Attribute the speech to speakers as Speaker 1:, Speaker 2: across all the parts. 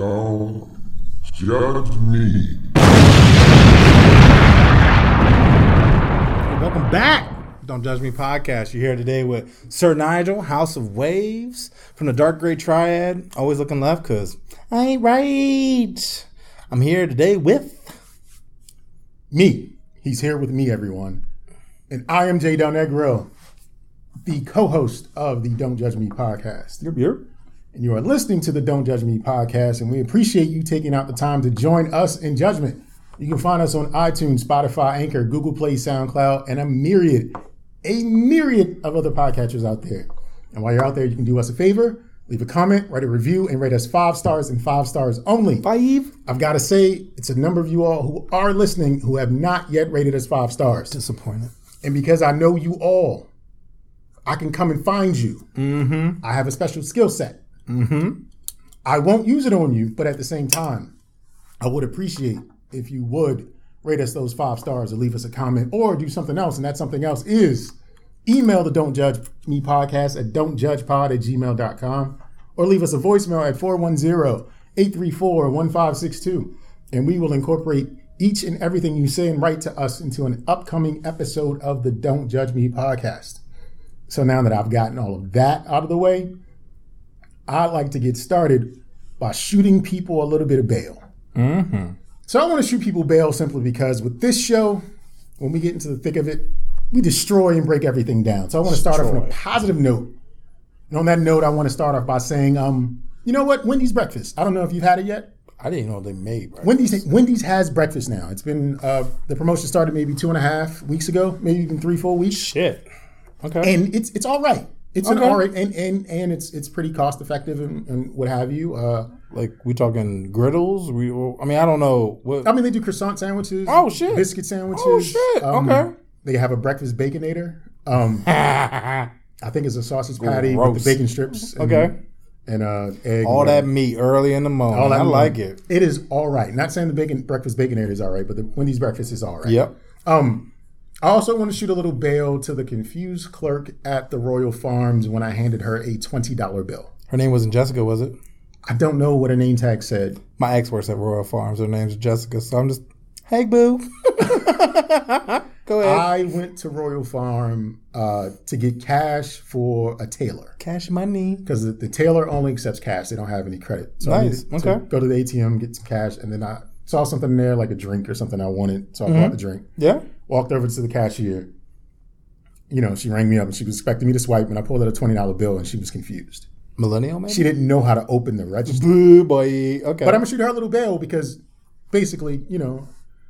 Speaker 1: all just me.
Speaker 2: Welcome back, Don't Judge Me podcast. You're here today with Sir Nigel, House of Waves, from the Dark Gray Triad. Always looking left, cause I ain't right. I'm here today with
Speaker 3: Me. He's here with me, everyone. And I am Jay Del Negro, the co host of the Don't Judge Me podcast.
Speaker 2: your beer.
Speaker 3: And you are listening to the Don't Judge Me podcast, and we appreciate you taking out the time to join us in judgment. You can find us on iTunes, Spotify, Anchor, Google Play, SoundCloud, and a myriad, a myriad of other podcatchers out there. And while you're out there, you can do us a favor leave a comment, write a review, and rate us five stars and five stars only.
Speaker 2: Five.
Speaker 3: I've got to say, it's a number of you all who are listening who have not yet rated us five stars.
Speaker 2: Disappointed.
Speaker 3: And because I know you all, I can come and find you. Mm-hmm. I have a special skill set. Mm-hmm. I won't use it on you, but at the same time, I would appreciate if you would rate us those five stars or leave us a comment or do something else. And that something else is email the Don't Judge Me podcast at don'tjudgepod at gmail.com or leave us a voicemail at 410 834 1562. And we will incorporate each and everything you say and write to us into an upcoming episode of the Don't Judge Me podcast. So now that I've gotten all of that out of the way, I'd like to get started by shooting people a little bit of bail.
Speaker 2: Mm-hmm.
Speaker 3: So I want to shoot people bail simply because with this show, when we get into the thick of it, we destroy and break everything down. So I want to start off on a positive note. And on that note, I want to start off by saying, um, you know what? Wendy's breakfast. I don't know if you've had it yet.
Speaker 2: I didn't even know they made. Bro.
Speaker 3: Wendy's Wendy's has breakfast now. It's been uh, the promotion started maybe two and a half weeks ago, maybe even three, four weeks,
Speaker 2: Shit. Okay.
Speaker 3: and it's it's all right. It's an
Speaker 2: Okay.
Speaker 3: all right, and and and it's it's pretty cost effective and, and what have you. Uh,
Speaker 2: like we talking griddles? We. I mean, I don't know what.
Speaker 3: I mean, they do croissant sandwiches.
Speaker 2: Oh, shit.
Speaker 3: Biscuit sandwiches.
Speaker 2: Oh, shit.
Speaker 3: Um,
Speaker 2: Okay.
Speaker 3: They have a breakfast baconator. Um, I think it's a sausage patty
Speaker 2: Gross.
Speaker 3: with the bacon strips. And,
Speaker 2: Okay.
Speaker 3: And uh, egg.
Speaker 2: All that meat early in the morning. I like it.
Speaker 3: It is all right. Not saying the bacon breakfast baconator is all right, but the Wendy's breakfast is all right.
Speaker 2: Yep.
Speaker 3: Um, I also want to shoot a little bail to the confused clerk at the Royal Farms when I handed her a twenty dollar bill.
Speaker 2: Her name wasn't Jessica, was it?
Speaker 3: I don't know what her name tag said.
Speaker 2: My ex works at Royal Farms. Her name's Jessica. So I'm just, hey, boo. Go ahead.
Speaker 3: I went to Royal Farm uh, to get cash for a tailor
Speaker 2: Cash money.
Speaker 3: because the, the tailor only accepts cash; they don't have any credit. So I
Speaker 2: Nice.
Speaker 3: needed to
Speaker 2: Okay.
Speaker 3: go to the ATM, get some cash, and then I saw something in there like a drink or something I wanted, so I
Speaker 2: Mm-hmm.
Speaker 3: bought the drink.
Speaker 2: Yeah.
Speaker 3: Walked over to the cashier. You know, she rang me up and she was expecting me to swipe, and I pulled out a twenty dollar bill, and she was confused.
Speaker 2: Millennial, maybe?
Speaker 3: She didn't know how to open the register.
Speaker 2: Boo, boy. Okay.
Speaker 3: But I'm gonna shoot her a little bail because basically, you know,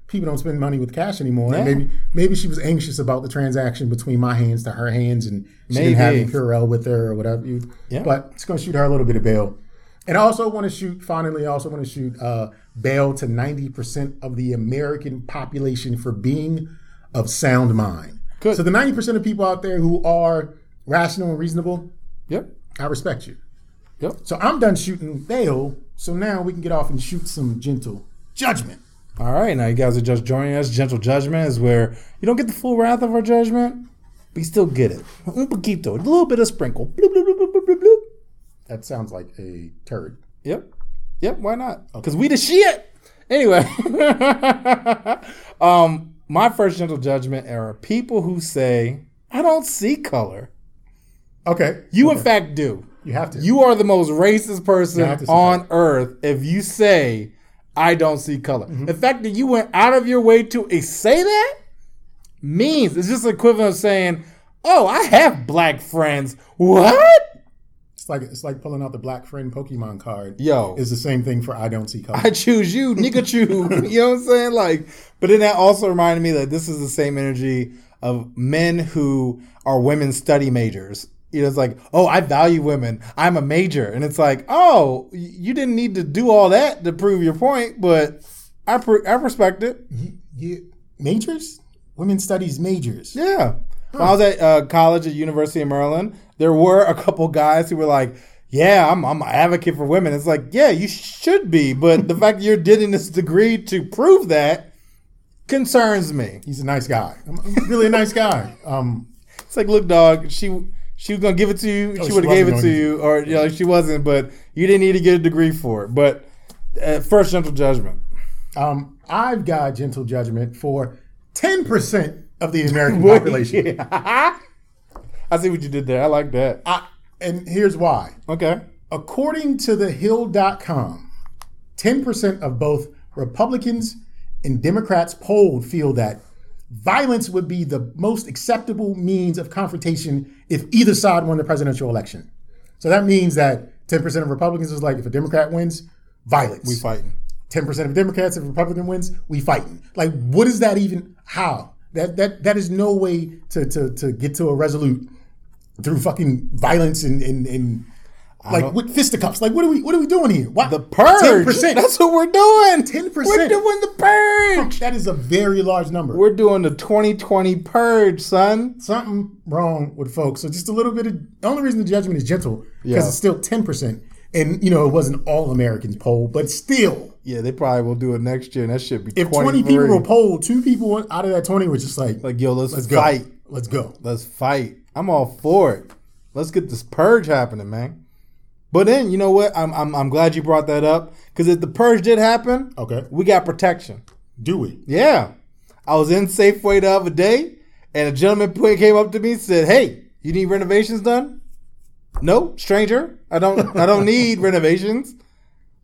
Speaker 3: people don't spend money with cash anymore. And
Speaker 2: Yeah.
Speaker 3: maybe maybe she was anxious about the transaction between my hands to her hands and she didn't have any
Speaker 2: Maybe.
Speaker 3: Purell with her or whatever. You,
Speaker 2: Yeah.
Speaker 3: But it's gonna shoot her a little bit of bail. And I also want to shoot. Finally, I also want to shoot uh, bail to ninety percent of the American population for being of sound mind.
Speaker 2: Good.
Speaker 3: So the ninety percent of people out there who are rational and reasonable,
Speaker 2: yep.
Speaker 3: I respect you.
Speaker 2: Yep.
Speaker 3: So I'm done shooting bail. So now we can get off and shoot some gentle judgment.
Speaker 2: All right. Now, you guys are just joining us. Gentle judgment is where you don't get the full wrath of our judgment, but you still get it. Un poquito. A little bit of sprinkle. Bloop, bloop, bloop, bloop, bloop, bloop, bloop.
Speaker 3: That sounds like a turd.
Speaker 2: Yep. Yep. Why not? Because we the shit. Anyway. um, my first gentle judgment are people who say, I don't see color.
Speaker 3: Okay, you,
Speaker 2: You, in fact, do.
Speaker 3: you have to.
Speaker 2: You are the most racist
Speaker 3: I
Speaker 2: person
Speaker 3: have to say
Speaker 2: on earth if you say, I don't see color.
Speaker 3: Mm-hmm.
Speaker 2: The fact that you went out of your way to eh, say that means it's just the equivalent of saying, Oh, I have black friends. What?
Speaker 3: it's like it's like pulling out the black friend Pokemon card.
Speaker 2: Yo.
Speaker 3: it's the same thing for I don't see color.
Speaker 2: I choose you, nigga choose. you know what I'm saying? Like, but then that also reminded me that this is the same energy of men who are women study majors. You know, it's like, oh, I value women. I'm a major. And it's like, oh, y- you didn't need to do all that to prove your point, but I, pr- I respect it.
Speaker 3: You- you- majors, women studies majors.
Speaker 2: Yeah. When I was at uh, college at University of Maryland, there were a couple guys who were like, yeah, I'm, I'm an advocate for women. It's like, yeah, you should be. But the fact that you're getting this degree to prove that concerns me.
Speaker 3: He's a nice guy. I'm, I'm really a nice guy. Um,
Speaker 2: It's like, look, dog, she she was going to give it to you. Oh, she
Speaker 3: she
Speaker 2: would have gave
Speaker 3: wasn't
Speaker 2: it to
Speaker 3: going
Speaker 2: you.
Speaker 3: to.
Speaker 2: Or, you know, she wasn't. But you didn't need to get a degree for it. But Uh, first gentle judgment.
Speaker 3: Um, I've got gentle judgment for 10% of the American population.
Speaker 2: I see what you did there. I like that.
Speaker 3: I, and here's why.
Speaker 2: Okay.
Speaker 3: According to the Hill.com, 10% of both Republicans and Democrats polled feel that violence would be the most acceptable means of confrontation if either side won the presidential election. So that means that 10% of Republicans is like, if a Democrat wins, violence.
Speaker 2: We fighting.
Speaker 3: 10% of Democrats, if a Republican wins, we fighting. Like, what is that even? How? That that that is no way to to, to get to a resolute through fucking violence and and, and like with fisticuffs. Like, what are we what are we doing here? Why
Speaker 2: The purge.
Speaker 3: 10%.
Speaker 2: That's what we're doing.
Speaker 3: 10%.
Speaker 2: We're doing the purge.
Speaker 3: that is a very large number.
Speaker 2: We're doing the 2020 purge, son.
Speaker 3: Something wrong with folks. So just a little bit of the only reason the judgment is gentle because
Speaker 2: Yeah.
Speaker 3: it's still ten percent. And you know, it wasn't all Americans poll, but still.
Speaker 2: Yeah, they probably will do it next year, and that should be
Speaker 3: If 20 people were polled, two people out of that 20 were just like,
Speaker 2: like, yo, let's,
Speaker 3: let's go.
Speaker 2: fight.
Speaker 3: Let's go.
Speaker 2: Let's fight. I'm all for it. Let's get this purge happening, man. But then, you know what? I'm I'm, I'm glad you brought that up because if the purge did happen,
Speaker 3: Okay.
Speaker 2: we got protection.
Speaker 3: Do we?
Speaker 2: Yeah. I was in Safeway the other day, and a gentleman put- came up to me and said, "Hey, you need renovations done?" No, stranger. I don't. I don't need renovations.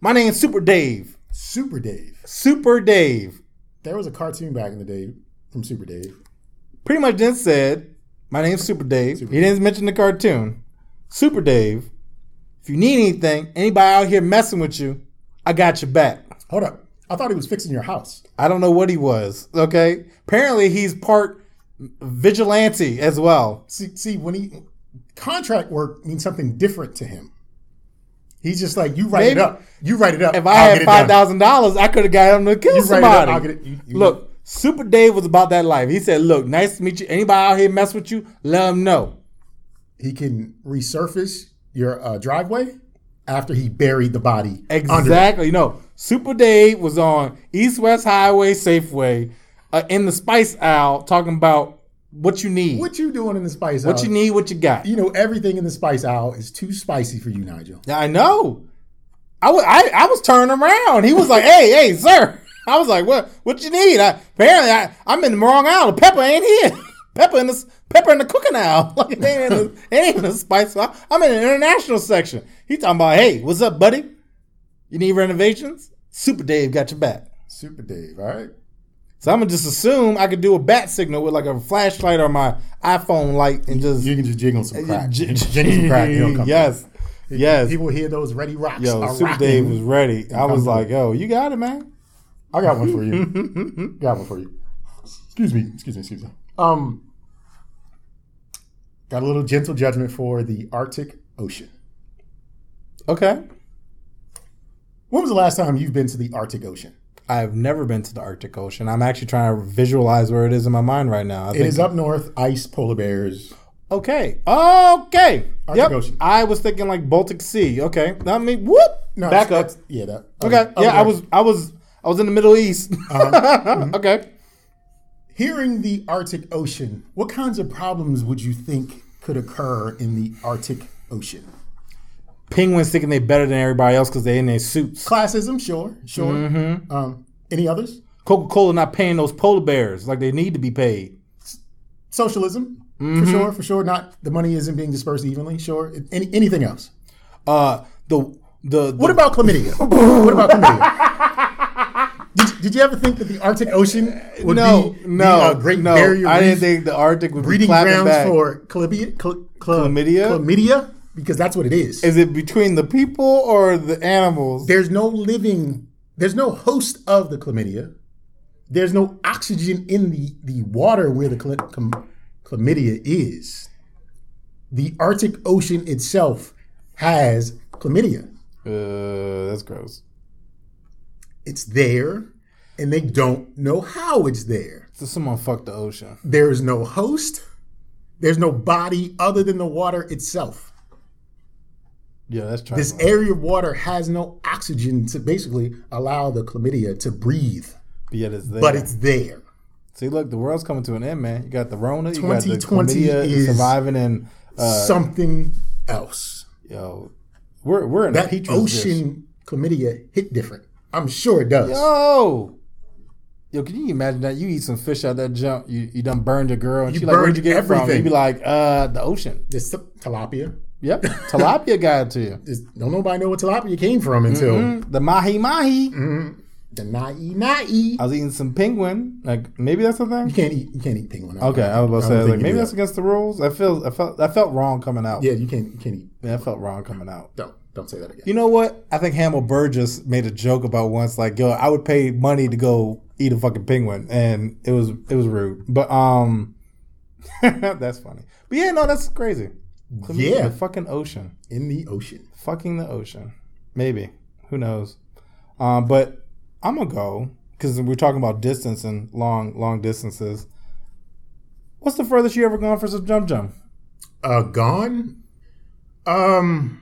Speaker 2: My name's Super Dave.
Speaker 3: Super Dave.
Speaker 2: Super Dave.
Speaker 3: There was a cartoon back in the day from Super Dave.
Speaker 2: pretty much then said, My name's Super Dave. he didn't mention the cartoon. Super Dave, if you need anything, anybody out here messing with you, I got your back.
Speaker 3: Hold up. I thought he was fixing your house.
Speaker 2: I don't know what he was, okay? Apparently, he's part vigilante as well.
Speaker 3: See, see when he contract work means something different to him. He's just like, you write it
Speaker 2: Maybe-
Speaker 3: up. You write it up.
Speaker 2: If I had five thousand dollars, I could have got him to kill
Speaker 3: You write it
Speaker 2: somebody.
Speaker 3: up, I'll get it. You- you-
Speaker 2: Look, Super Dave was about that life. He said, "Look, nice to meet you. Anybody out here mess with you? Let them know."
Speaker 3: He can resurface your uh, driveway after he buried the body. Under. it.
Speaker 2: Exactly. No, Super Dave was on East West Highway Safeway uh, in the Spice Aisle talking about what you need, what,
Speaker 3: What you doing in the spice aisle?
Speaker 2: you need, what you got.
Speaker 3: You know, everything in the spice aisle is too spicy for you, Nigel.
Speaker 2: Yeah, I know. I wa- I- I was turning around. He was like, "Hey, hey, sir." I was like, "What? What you need?" I, apparently, I, I'm in the wrong aisle. Pepper ain't here. Pepper in the s- pepper in the cooking aisle. Like it ain't in the, it ain't in the spice aisle. I'm in the international section. He talking about, "Hey, what's up, buddy? You need renovations? Super Dave got your back."
Speaker 3: Super Dave, all right?
Speaker 2: So I'm gonna just assume I could do a bat signal with like a flashlight or my iPhone light and just
Speaker 3: You can just jingle some crack.
Speaker 2: Uh, J-
Speaker 3: Just jingle some crack. it'll come.
Speaker 2: yes, yes.
Speaker 3: People hear those ready rocks.
Speaker 2: Yo,
Speaker 3: are
Speaker 2: Super
Speaker 3: rocking.
Speaker 2: Dave was ready. I was
Speaker 3: comfortable.
Speaker 2: like, yo, you got it, man.
Speaker 3: I got one for you. got one for you. Excuse me. Excuse me. Excuse me. Um, got a little gentle judgment for the Arctic Ocean.
Speaker 2: Okay.
Speaker 3: When was the last time you've been to the Arctic Ocean?
Speaker 2: I've never been to the Arctic Ocean. I'm actually trying to visualize where it is in my mind right now. I
Speaker 3: It
Speaker 2: think,
Speaker 3: is up north, ice, polar bears.
Speaker 2: okay. Okay.
Speaker 3: Arctic
Speaker 2: Yep.
Speaker 3: Ocean.
Speaker 2: I was thinking like Baltic Sea. Okay. I mean, whoop.
Speaker 3: No,
Speaker 2: Back up.
Speaker 3: that's- Yeah, that.
Speaker 2: Okay.
Speaker 3: other Uh-huh.
Speaker 2: yeah, I
Speaker 3: direction.
Speaker 2: was I was I was in the Middle East.
Speaker 3: Mm-hmm.
Speaker 2: okay.
Speaker 3: hearing the Arctic Ocean. What kinds of problems would you think could occur in the Arctic Ocean?
Speaker 2: Penguins thinking they better than everybody else because they in their suits.
Speaker 3: Classism, sure, sure.
Speaker 2: Mm-hmm.
Speaker 3: Um, any others?
Speaker 2: Coca Cola not paying those polar bears like they need to be paid.
Speaker 3: socialism for
Speaker 2: Mm-hmm.
Speaker 3: sure for sure not the money isn't being dispersed evenly sure Any, anything else
Speaker 2: Uh, the the, the
Speaker 3: what about chlamydia what about chlamydia did, did you ever think that the arctic ocean would
Speaker 2: no
Speaker 3: be
Speaker 2: no
Speaker 3: the, uh, great
Speaker 2: no?
Speaker 3: barrier
Speaker 2: I didn't
Speaker 3: reef
Speaker 2: think the Arctic would be
Speaker 3: breeding
Speaker 2: clapping
Speaker 3: grounds
Speaker 2: back.
Speaker 3: for chlamydia, chla- chla-
Speaker 2: Chlamydia?
Speaker 3: chlamydia because that's what it is
Speaker 2: Is it between the people or the animals?
Speaker 3: there's no living there's no host of the chlamydia there's no oxygen in the, the water where the chla- chlam- chlamydia is the arctic ocean itself has chlamydia
Speaker 2: Uh, that's gross.
Speaker 3: it's there and they don't know how it's there
Speaker 2: So someone fucked the ocean.
Speaker 3: there is no host there's no body other than the water itself
Speaker 2: Yeah, that's true.
Speaker 3: this area of water has no oxygen to basically allow the chlamydia to breathe
Speaker 2: Yet it's there.
Speaker 3: but it's there
Speaker 2: see, look, the world's coming to an end, man. You got the Rona, you got the
Speaker 3: 2020
Speaker 2: chlamydia
Speaker 3: is-
Speaker 2: surviving, and uh,
Speaker 3: something else.
Speaker 2: yo, we're we're in a
Speaker 3: That
Speaker 2: petri dish.
Speaker 3: ocean chlamydia hit different. I'm sure it does.
Speaker 2: Yo, yo, can you imagine that? You eat some fish out that jump. You you done burned a girl, and
Speaker 3: You
Speaker 2: she like, where'd
Speaker 3: burned
Speaker 2: you get it from?
Speaker 3: everything.
Speaker 2: You be like, uh, the ocean.
Speaker 3: It's t- tilapia.
Speaker 2: Yep, tilapia got it to you.
Speaker 3: It's, don't nobody know where tilapia came from until
Speaker 2: The mahi mahi.
Speaker 3: the nai nai.
Speaker 2: I was eating some penguin. Like maybe that's the
Speaker 3: You
Speaker 2: thing.
Speaker 3: can't eat. You can't eat penguin.
Speaker 2: Okay, I was about to
Speaker 3: don't
Speaker 2: say
Speaker 3: think
Speaker 2: like
Speaker 3: you
Speaker 2: maybe
Speaker 3: do
Speaker 2: that's
Speaker 3: that.
Speaker 2: against the rules. I feel I felt I felt wrong coming out.
Speaker 3: Yeah, you can't. You can't eat.
Speaker 2: Yeah, I felt wrong coming out.
Speaker 3: Don't don't say that again.
Speaker 2: You know what? I think Hamill Burgess made a joke about once, like, yo, I would pay money to go eat a fucking penguin, and it was it was rude. But um, that's funny. But yeah, no, that's crazy.
Speaker 3: Yeah.
Speaker 2: the fucking ocean,
Speaker 3: In the ocean.
Speaker 2: fucking the ocean. Maybe who knows? Um, but I'm gonna go because we're talking about distance and long long distances. What's the furthest you ever gone for some jump jump?
Speaker 3: Uh, gone. Um,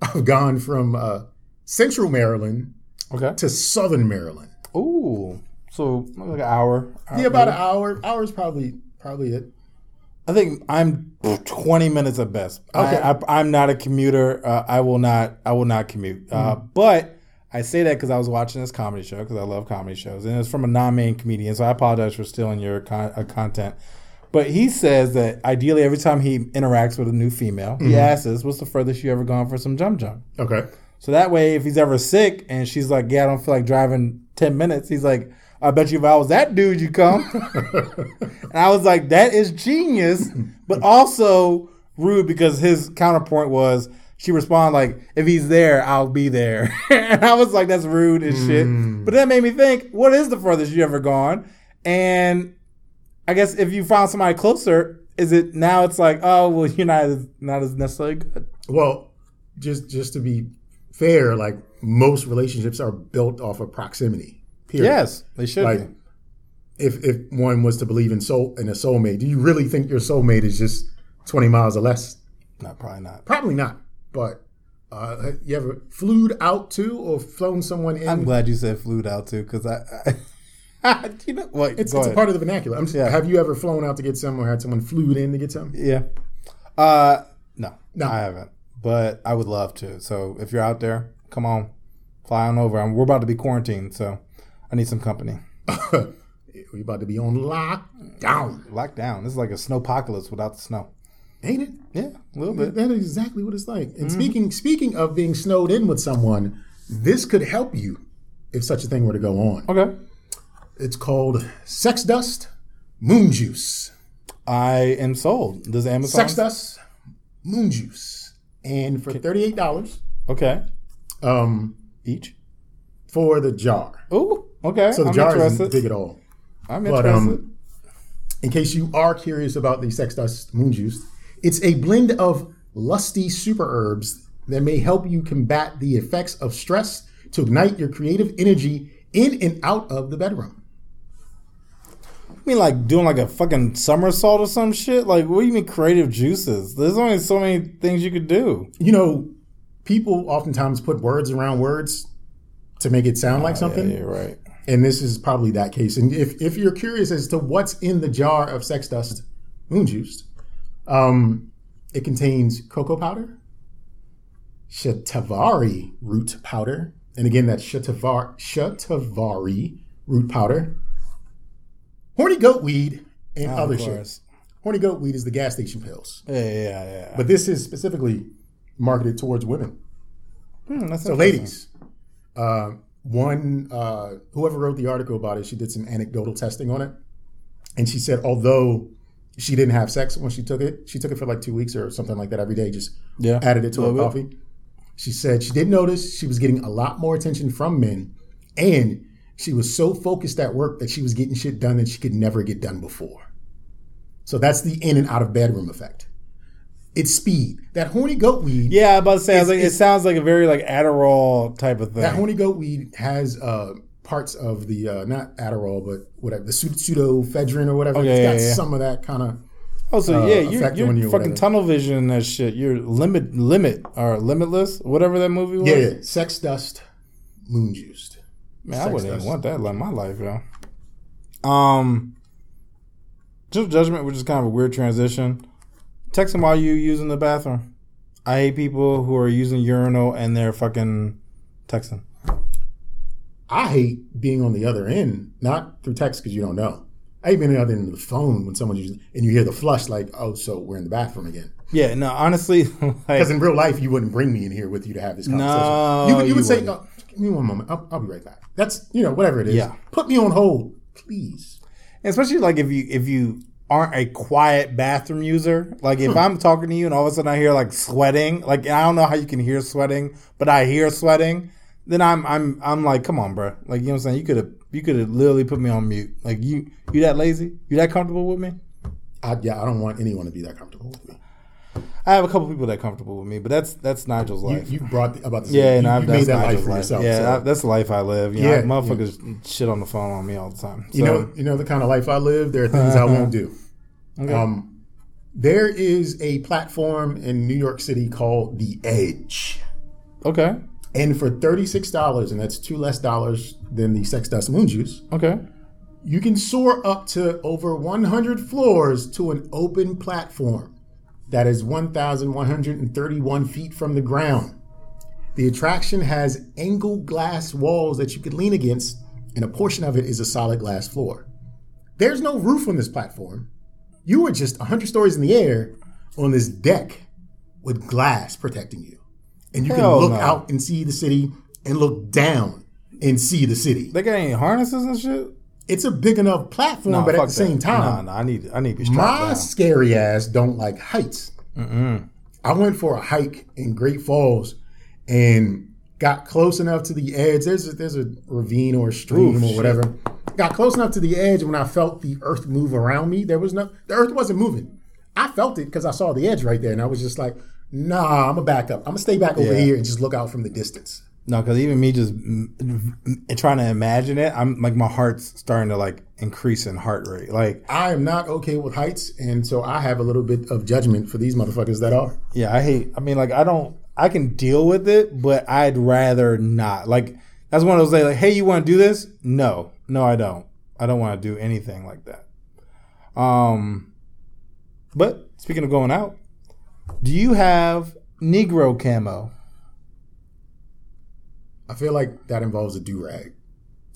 Speaker 3: I've gone from uh, central Maryland
Speaker 2: Okay.
Speaker 3: to southern Maryland.
Speaker 2: Ooh, so like an hour.
Speaker 3: Yeah, about an hour. Hour is probably probably it.
Speaker 2: I think I'm 20 minutes at best.
Speaker 3: Okay.
Speaker 2: I, I, I'm not a commuter. Uh, I will not. I will not commute. Uh, but I say that because I was watching this comedy show because I love comedy shows, and it's from a non-main comedian. So I apologize for stealing your con- uh, content. But he says that ideally, every time he interacts with a new female, he asks, "What's the furthest you ever gone for some jump jump?"
Speaker 3: Okay.
Speaker 2: So that way, if he's ever sick and she's like, "Yeah, I don't feel like driving ten minutes," he's like, "I bet you if I was that dude, you come." and I was like, "That is genius," but also rude because his counterpoint was she responded like, "If he's there, I'll be there," and I was like, "That's rude and shit." But that made me think, what is the furthest you ever gone? And I guess if you found somebody closer, is it now? It's like, oh well, you're not as, not as necessarily good.
Speaker 3: Well, just just to be fair, like most relationships are built off of proximity. Period.
Speaker 2: Yes, they should be.
Speaker 3: Like if if one was to believe in soul in a soulmate, do you really think your soulmate is just twenty miles or less?
Speaker 2: No, probably not.
Speaker 3: Probably not. But uh, have you ever flew out to or flown someone in?
Speaker 2: I'm glad you said flued out too, because I, I you know what?
Speaker 3: it's,
Speaker 2: go
Speaker 3: it's a
Speaker 2: ahead.
Speaker 3: part of the vernacular. I'm just,
Speaker 2: Yeah.
Speaker 3: Have you ever flown out to get some or had someone flew in to get some?
Speaker 2: yeah. Uh, no,
Speaker 3: No.
Speaker 2: I haven't, but I would love to. So if you're out there, come on, fly on over. I'm, we're about to be quarantined, so I need some company.
Speaker 3: We're about to be on lockdown,
Speaker 2: Lockdown. This is like a snowpocalypse without the snow.
Speaker 3: ain't it?
Speaker 2: Yeah, a little bit.
Speaker 3: But that is exactly what it's like.
Speaker 2: Mm-hmm.
Speaker 3: And speaking speaking of being snowed in with someone, this could help you if such a thing were to go on.
Speaker 2: Okay.
Speaker 3: It's called Sex Dust Moon Juice.
Speaker 2: I am sold. Does Amazon?
Speaker 3: Sex Dust Moon Juice. And for $38
Speaker 2: Okay.
Speaker 3: um,
Speaker 2: Each.
Speaker 3: for the jar.
Speaker 2: Ooh. Okay.
Speaker 3: So the
Speaker 2: I'm
Speaker 3: jar isn't
Speaker 2: interested.
Speaker 3: big at all.
Speaker 2: I'm
Speaker 3: But
Speaker 2: interested.
Speaker 3: um, in case you are curious about the Sex Dust Moon Juice, it's a blend of lusty super herbs that may help you combat the effects of stress to ignite your creative energy in and out of the bedroom.
Speaker 2: You mean like doing like a fucking somersault or some shit? Like, what do you mean creative juices? There's only so many things you could do.
Speaker 3: You know, people oftentimes put words around words to make it sound like something,
Speaker 2: Ah, Yeah, right.
Speaker 3: and this is probably that case. And if if you're curious as to what's in the jar of Sex Dust Moon Juice, um, it contains cocoa powder, shatavari root powder, and again that's shatavar shatavari root powder, horny goat weed, and other
Speaker 2: Oh, Of
Speaker 3: shit.
Speaker 2: course.
Speaker 3: Horny goat weed is the gas station pills,
Speaker 2: Yeah, yeah, yeah.
Speaker 3: but this is specifically marketed towards women.
Speaker 2: Hmm, that's
Speaker 3: So,
Speaker 2: interesting.
Speaker 3: ladies, uh, one uh, whoever wrote the article about it, she did some anecdotal testing on it, and she said although she didn't have sex when she took it, she took it for like two weeks or something like that every day, just
Speaker 2: Yeah.
Speaker 3: added it to her
Speaker 2: Love it.
Speaker 3: coffee. She said she did notice she was getting a lot more attention from men, and she was so focused at work that she was getting shit done that she could never get done before. So that's the in and out of bedroom effect. It's speed. That horny goat weed.
Speaker 2: Yeah, I was about to say, I was like, it sounds like a very like Adderall type of thing.
Speaker 3: That horny goat weed has uh, parts of the uh, not Adderall, but whatever the pseudo- pseudoephedrine or whatever.
Speaker 2: Oh, yeah,
Speaker 3: it's got
Speaker 2: yeah, yeah.
Speaker 3: some of that kind of.
Speaker 2: oh, so
Speaker 3: uh,
Speaker 2: yeah, you're,
Speaker 3: affect
Speaker 2: you're
Speaker 3: on you or
Speaker 2: fucking
Speaker 3: whatever.
Speaker 2: tunnel vision and that shit. You're limit, limit, or limitless, whatever that movie was.
Speaker 3: Yeah, yeah, sex dust, moon juiced.
Speaker 2: Man, I
Speaker 3: Sex
Speaker 2: wouldn't even
Speaker 3: dust.
Speaker 2: want that like my life, yo. Um, just judgment, which is kind of a weird transition. Text them while you using the bathroom. I hate people who are using urinal and they're fucking Texan.
Speaker 3: I hate being on the other end, not through text because you don't know. I hate being on the other end of the phone when someone's using and you hear the flush like, oh, so we're in the bathroom again.
Speaker 2: Yeah, no, honestly, like,
Speaker 3: Because in real life, you wouldn't bring me in here with you to have this conversation.
Speaker 2: No,
Speaker 3: you, would- you
Speaker 2: you
Speaker 3: would say,
Speaker 2: wouldn't.
Speaker 3: no, give me one moment. I'll, I'll be right back. That's, you know, whatever it is.
Speaker 2: Yeah.
Speaker 3: Put me on hold, please.
Speaker 2: especially like if you if you aren't a quiet bathroom user. Like
Speaker 3: Hmm.
Speaker 2: if I'm talking to you and all of a sudden I hear like sweating, like I don't know how you can hear sweating, but I hear sweating, then I'm I'm I'm like, come on, bro. Like you know what I'm saying? You could have you could have literally put me on mute. Like you you that lazy? You that comfortable with me?
Speaker 3: I, yeah, I don't want anyone to be that comfortable with me.
Speaker 2: I have a couple people that comfortable with me, but that's that's Nigel's
Speaker 3: You,
Speaker 2: life.
Speaker 3: you brought the, about this.
Speaker 2: yeah,
Speaker 3: you,
Speaker 2: and I've
Speaker 3: you
Speaker 2: that's
Speaker 3: made that life
Speaker 2: Nigel's
Speaker 3: for yourself.
Speaker 2: Yeah,
Speaker 3: so.
Speaker 2: I- that's the life I live. You know,
Speaker 3: Yeah,
Speaker 2: motherfuckers shit on the phone on me all the time.
Speaker 3: you
Speaker 2: So-
Speaker 3: know, you know the kind of life I live. There are things I won't do. Um, there is a platform in New York City called The Edge,
Speaker 2: okay,
Speaker 3: and for thirty six dollars, and that's two less dollars than the Sex Dust Moon Juice,
Speaker 2: okay.
Speaker 3: you can soar up to over one hundred floors to an open platform that is one thousand one hundred and thirty one feet from the ground. The attraction has angled glass walls that you could lean against, and a portion of it is a solid glass floor. There's no roof on this platform. You are just 100 stories in the air on this deck with glass protecting you. And you
Speaker 2: Hell
Speaker 3: can look
Speaker 2: no.
Speaker 3: out and see the city and look down and see the city.
Speaker 2: They got any harnesses and shit?
Speaker 3: It's a big enough platform,
Speaker 2: Nah,
Speaker 3: but at
Speaker 2: fuck
Speaker 3: the same
Speaker 2: that.
Speaker 3: time,
Speaker 2: nah, nah, I need, I need to be strapped
Speaker 3: my
Speaker 2: down.
Speaker 3: scary ass don't like heights. I went for a hike in Great Falls and got close enough to the edge. There's a, there's a ravine or a stream
Speaker 2: Oof,
Speaker 3: or
Speaker 2: shit.
Speaker 3: whatever. Got close enough to the edge when I felt the earth move around me. There was no the earth wasn't moving. I felt it because I saw the edge right there, and I was just like, "Nah, I'm gonna back up. I'm gonna stay back over
Speaker 2: Yeah.
Speaker 3: here and just look out from the distance."
Speaker 2: No, because even me just mm, mm, mm, trying to imagine it, I'm like my heart's starting to like increase in heart rate. Like,
Speaker 3: I am not okay with heights, and so I have a little bit of judgment for these motherfuckers that are.
Speaker 2: yeah, I hate. I mean, like, I don't. I can deal with it, but I'd rather not. Like, that's one of those things. Like, hey, you want to do this? No, no, I don't. I don't want to do anything like that. Um, but speaking of going out, do you have Negro camo?
Speaker 3: I feel like that involves a do rag.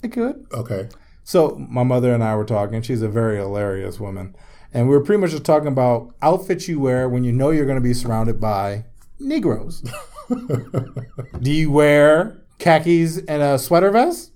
Speaker 2: It could.
Speaker 3: Okay.
Speaker 2: So my mother and I were talking. She's a very hilarious woman, and we were pretty much just talking about outfits you wear when you know you're going to be surrounded by Negroes. Do you wear khakis and a sweater vest?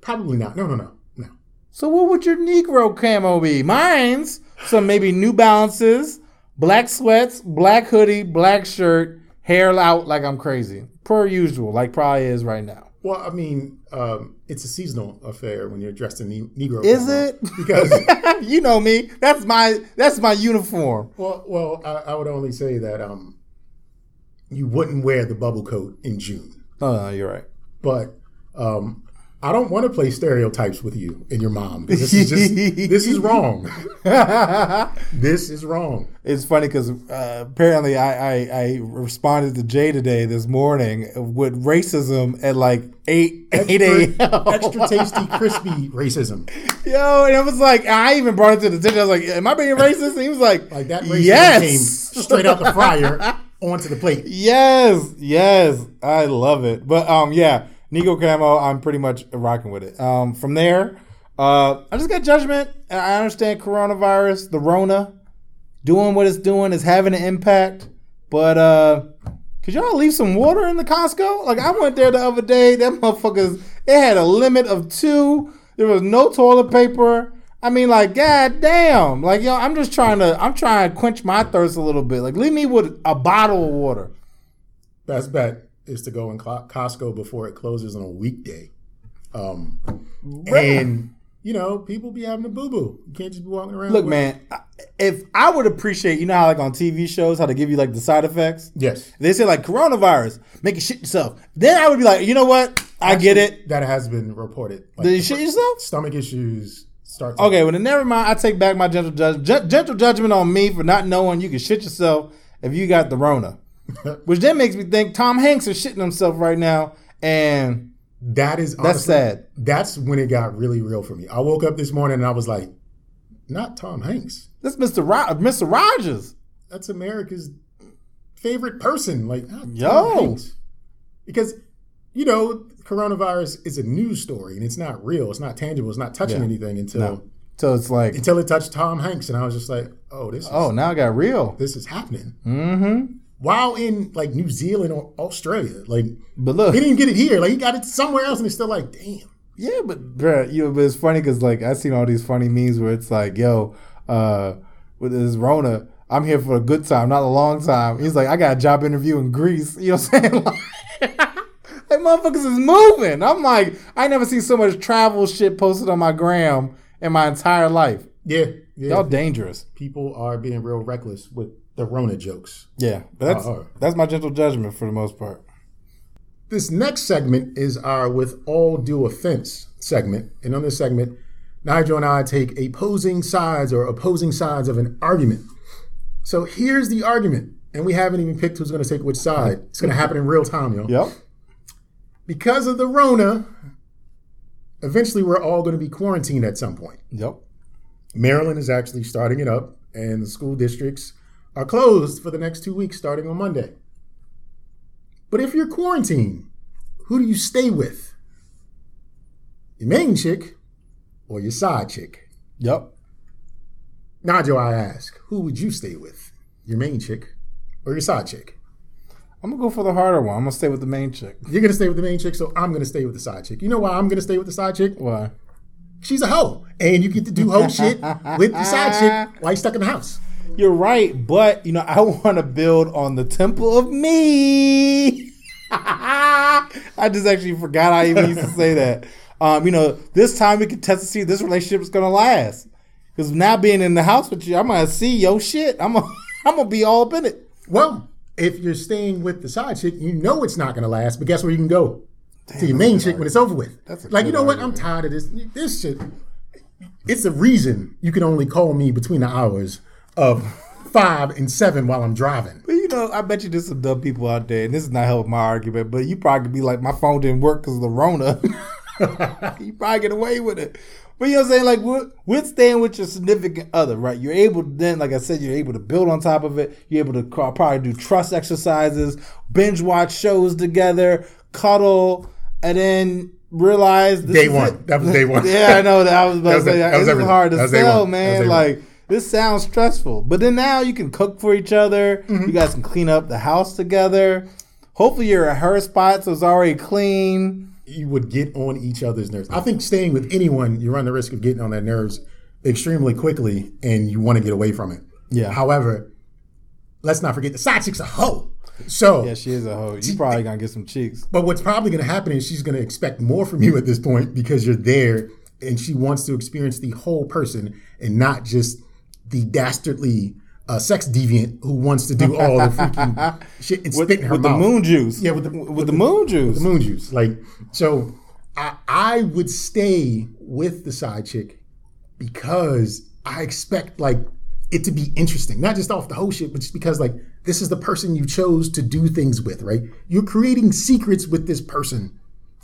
Speaker 3: Probably not. No, no, no, no.
Speaker 2: So what would your Negro camo be? Mine's some maybe New Balances, black sweats, black hoodie, black shirt, hair out like I'm crazy, per usual, like probably is right now.
Speaker 3: Well, I mean, um, it's a seasonal affair when you're dressed in ne- Negro.
Speaker 2: Is
Speaker 3: camo.
Speaker 2: it?
Speaker 3: Because
Speaker 2: you know me. That's my that's my uniform.
Speaker 3: well, well, I, I would only say that um, you wouldn't wear the bubble coat in June,
Speaker 2: Oh, no, you're right.
Speaker 3: but um, I don't want to play stereotypes with you and your mom. 'cause This is just this is wrong. this is wrong.
Speaker 2: It's funny because uh, apparently I, I, I responded to Jay today this morning with racism at like 8, 8 a.m.
Speaker 3: Extra tasty, crispy racism.
Speaker 2: Yo, and I was like, I even brought it to the attention. I was like, am I being racist? And he was like,
Speaker 3: Like that racism came
Speaker 2: yes.
Speaker 3: straight out the fryer onto the plate.
Speaker 2: Yes, yes, I love it. But um, yeah, Nico Camo, I'm pretty much rocking with it. Um, from there, uh, I just got judgment. and I understand coronavirus, the Rona, doing what it's doing is having an impact. But uh, could y'all leave some water in the Costco? Like I went there the other day. That motherfuckers, it had a limit of two. There was no toilet paper. I mean, like, god damn. Like, yo, I'm just trying to, I'm trying to quench my thirst a little bit. Like, leave me with a bottle of water.
Speaker 3: best bet is to go in Co- Costco before it closes on a weekday. Um, and you know, people be having a boo boo. You can't just be walking around.
Speaker 2: Look,
Speaker 3: with-
Speaker 2: man, I- if I would appreciate, you know how like on TV shows how they give you like the side effects.
Speaker 3: Yes,
Speaker 2: They say like coronavirus, make you shit yourself. Then I would be like, you know what? I get it.
Speaker 3: that has been reported. Like,
Speaker 2: Did you shit yourself?
Speaker 3: stomach issues start.
Speaker 2: Okay, well then never mind. I take back my gentle judge, ju- gentle judgment on me for not knowing you can shit yourself if you got the Rona, which then makes me think Tom Hanks is shitting himself right now, and
Speaker 3: that is
Speaker 2: that's
Speaker 3: honestly-
Speaker 2: sad.
Speaker 3: That's when it got really real for me. I woke up this morning and I was like, not Tom Hanks.
Speaker 2: That's Mr. Ro- Mr. Rogers.
Speaker 3: That's America's favorite person. Like, not Tom
Speaker 2: Yo.
Speaker 3: Hanks. ah, because you know, coronavirus is a news story and it's not real. It's not tangible. It's not touching
Speaker 2: Yeah.
Speaker 3: anything until
Speaker 2: So it's like,
Speaker 3: until it touched Tom Hanks, and I was just like, oh, this is,
Speaker 2: oh, now it got real.
Speaker 3: this is happening. Mm-hmm. While in like New Zealand or Australia, like
Speaker 2: But look,
Speaker 3: he didn't get it here. Like he got it somewhere else, and it's still like, damn.
Speaker 2: Yeah, but bruh, you know, but it's funny because like I've seen all these funny memes where it's like, "Yo, uh, with this Rona, I'm here for a good time, not a long time." He's like, "I got a job interview in Greece." You know what I'm saying? Like, like motherfuckers is moving. I'm like, I never seen so much travel shit posted on my gram in my entire life.
Speaker 3: Yeah, yeah.
Speaker 2: Y'all dangerous.
Speaker 3: People are being real reckless with the Rona jokes.
Speaker 2: Yeah, that's
Speaker 3: Uh-huh.
Speaker 2: that's my gentle judgment for the most part.
Speaker 3: This next segment is our with all due offense segment. And on this segment, Nigel and I take opposing sides or opposing sides of an argument. So here's the argument. And we haven't even picked who's going to take which side. It's going to happen in real time, yo.
Speaker 2: Yep.
Speaker 3: Because of the Rona, eventually we're all going to be quarantined at some point.
Speaker 2: Yep.
Speaker 3: Maryland is actually starting it up, and the school districts are closed for the next two weeks starting on Monday. But if you're quarantined, who do you stay with? Your main chick or your side chick?
Speaker 2: Yep.
Speaker 3: Nigel, I ask, who would you stay with? Your main chick or your side chick?
Speaker 2: I'm gonna go for the harder one. I'm gonna stay with the main chick.
Speaker 3: You're gonna stay with the main chick, so I'm gonna stay with the side chick. You know why I'm gonna stay with the side chick?
Speaker 2: Why?
Speaker 3: She's a hoe, and you get to do hoe shit with the side chick while you're stuck in the house.
Speaker 2: You're right, but you know I want to build on the temple of me. I just actually forgot I even used to say that. Um, you know, this time we can test to see if this relationship is gonna last. Because now being in the house with you, I'm gonna see yo shit. I'm gonna, I'm gonna be all up in it.
Speaker 3: Well, if you're staying with the side chick, you know it's not going to last. But guess where you can go to your main chick when it's over with.
Speaker 2: That's a
Speaker 3: like you
Speaker 2: good
Speaker 3: know what? I'm tired of this. This shit. It's a reason you can only call me between the hours of five and seven while I'm driving.
Speaker 2: But you know, I bet you there's some dumb people out there, and this is not helping my argument. But you probably could be like, my phone didn't work because of the Rona. you probably get away with it. But you know what I'm saying? Like, we're, we're staying with your significant other, right? You're able to then, like I said, you're able to build on top of it. You're able to ca- probably do trust exercises, binge watch shows together, cuddle, and then realize this
Speaker 3: Day
Speaker 2: is
Speaker 3: one.
Speaker 2: it.
Speaker 3: That was day one.
Speaker 2: yeah, I know that. I was about
Speaker 3: That was
Speaker 2: to say
Speaker 3: it.
Speaker 2: that.
Speaker 3: That was
Speaker 2: This is
Speaker 3: everything.
Speaker 2: hard
Speaker 3: That
Speaker 2: to
Speaker 3: was day
Speaker 2: sell,
Speaker 3: one. That
Speaker 2: man.
Speaker 3: was day one.
Speaker 2: Like, this sounds stressful. But then now you can cook for each other.
Speaker 3: Mm-hmm.
Speaker 2: You guys can clean up the house together. Hopefully, you're at her spot, so it's already clean.
Speaker 3: You would get on each other's nerves. I think staying with anyone, you run the risk of getting on their nerves extremely quickly, and you want to get away from it.
Speaker 2: Yeah.
Speaker 3: However, let's not forget the side chick's a hoe. So
Speaker 2: Yeah, she is a hoe. You probably gonna get some cheeks.
Speaker 3: But what's probably going to happen is she's going to expect more from you at this point because you're there and she wants to experience the whole person and not just the dastardly uh, sex deviant who wants to do all the freaking shit and spit in her
Speaker 2: With the
Speaker 3: mouth.
Speaker 2: moon juice.
Speaker 3: Yeah, with the-
Speaker 2: with, the, moon juice.
Speaker 3: Moon juice. Like, so I, I would stay with the side chick because I expect, like, it to be interesting, not just off the whole shit, but just because, like, this is the person you chose to do things with, right? You're creating secrets with this person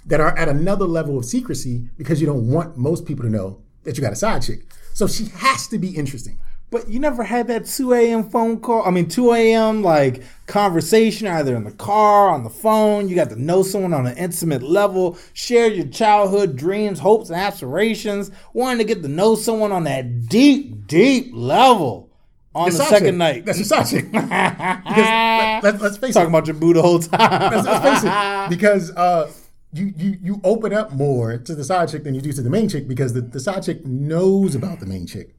Speaker 3: that are at another level of secrecy because you don't want most people to know that you got a side chick. So she has to be interesting.
Speaker 2: But you never had that 2 a.m. phone call. I mean, 2 a.m. like conversation, either in the car, on the phone. You got to know someone on an intimate level, share your childhood dreams, hopes, and aspirations, wanting to get to know someone on that deep, deep level on the,
Speaker 3: Side
Speaker 2: second
Speaker 3: chick.
Speaker 2: night.
Speaker 3: That's your side chick. because let, let, let's face it,
Speaker 2: Talking about your boo the whole time.
Speaker 3: let's, let's face it, because uh, you you you open up more to the side chick than you do to the main chick because the, the side chick knows about the main chick.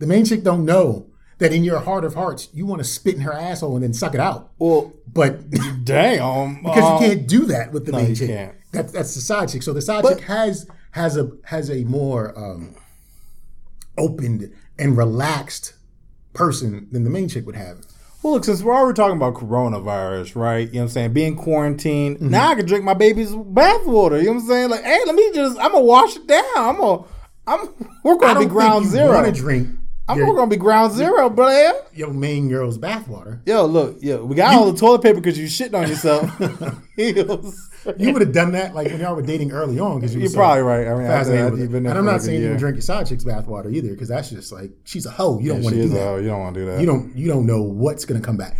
Speaker 3: The main chick don't know that in your heart of hearts you want to spit in her asshole and then suck it out.
Speaker 2: well,
Speaker 3: But because
Speaker 2: damn. um,
Speaker 3: you can't do that with the main
Speaker 2: you
Speaker 3: chick.
Speaker 2: can't.
Speaker 3: That's that's the side chick. So the side chick has has a has a more um, opened and relaxed person than the main chick would have.
Speaker 2: Well, look, since we're already talking about coronavirus, right? You know what I'm saying? Being quarantined. Now I can drink my baby's bath water. You know what I'm saying? Like, hey, let me just, I'm going to wash it down. I'm going to, I'm, we're
Speaker 3: I
Speaker 2: going to
Speaker 3: don't
Speaker 2: be ground
Speaker 3: think you want
Speaker 2: zero.
Speaker 3: to drink
Speaker 2: I'm
Speaker 3: your,
Speaker 2: going to be ground zero, bro.
Speaker 3: your main girl's bathwater.
Speaker 2: Yo, look, yo, we got all the toilet paper because you shitting on yourself. Heels.
Speaker 3: You would have done that like when y'all were dating early on because you were
Speaker 2: You're
Speaker 3: so
Speaker 2: probably right. I mean, I,
Speaker 3: fascinated with
Speaker 2: have
Speaker 3: it.
Speaker 2: been
Speaker 3: And
Speaker 2: there
Speaker 3: I'm
Speaker 2: for like
Speaker 3: not
Speaker 2: a
Speaker 3: saying you
Speaker 2: year.
Speaker 3: would drink your side chick's bathwater either because that's just like she's a hoe. You don't want
Speaker 2: She
Speaker 3: to do
Speaker 2: is a
Speaker 3: that.
Speaker 2: hoe. You don't want to do that.
Speaker 3: You don't you don't know what's gonna come back.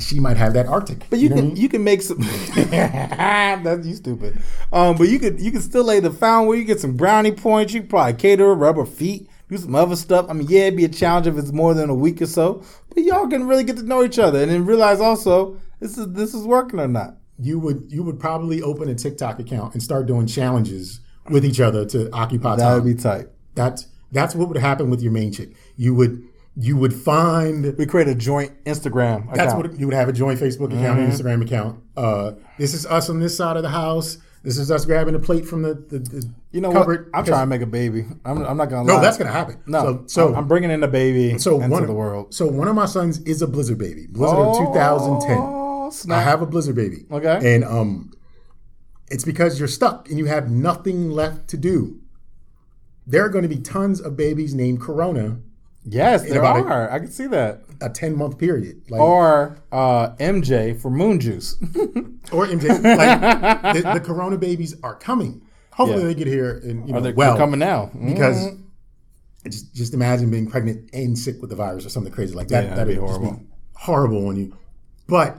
Speaker 3: she might have that Arctic.
Speaker 2: But you, can you can make some. That's you stupid. Um, but you could you can still lay the found where you get some brownie points. You could probably cater rubber feet, do some other stuff. I mean, yeah, it'd be a challenge if it's more than a week or so. But y'all can really get to know each other and then realize also this is this is working or not.
Speaker 3: you would you would probably open a TikTok account and start doing challenges with each other to occupy
Speaker 2: That
Speaker 3: time.
Speaker 2: would be tight.
Speaker 3: that's that's what would happen with your main chick. You would you would find
Speaker 2: We create a joint Instagram. Account.
Speaker 3: that's what you would have a joint Facebook account, and
Speaker 2: Mm-hmm.
Speaker 3: Instagram account. Uh, this is us on this side of the house. This is us grabbing a plate from the, the, the
Speaker 2: you know.
Speaker 3: cupboard.
Speaker 2: What? I'm trying to make a baby. I'm, I'm not gonna.
Speaker 3: No,
Speaker 2: lie.
Speaker 3: that's gonna happen.
Speaker 2: No,
Speaker 3: So, so
Speaker 2: I'm, I'm bringing in a baby
Speaker 3: so
Speaker 2: into
Speaker 3: one of
Speaker 2: the world.
Speaker 3: So one of my sons is a Blizzard baby. Blizzard of 2010.
Speaker 2: Oh,
Speaker 3: I
Speaker 2: snap.
Speaker 3: have a blizzard baby.
Speaker 2: Okay.
Speaker 3: And um it's because you're stuck and you have nothing left to do. There are going to be tons of babies named Corona
Speaker 2: yes, there
Speaker 3: about it.
Speaker 2: are. I can see that.
Speaker 3: a 10 month period. Like or,
Speaker 2: Or uh, MJ for Moon Juice.
Speaker 3: MJ. like the, the Corona babies are coming. Hopefully
Speaker 2: Yeah.
Speaker 3: they get here and you know,
Speaker 2: Are they
Speaker 3: well
Speaker 2: well, coming now? Mm.
Speaker 3: because just, just imagine being pregnant and sick with the virus or something crazy like that.
Speaker 2: Yeah,
Speaker 3: that
Speaker 2: that'd
Speaker 3: would
Speaker 2: be
Speaker 3: just
Speaker 2: horrible.
Speaker 3: be horrible on you. But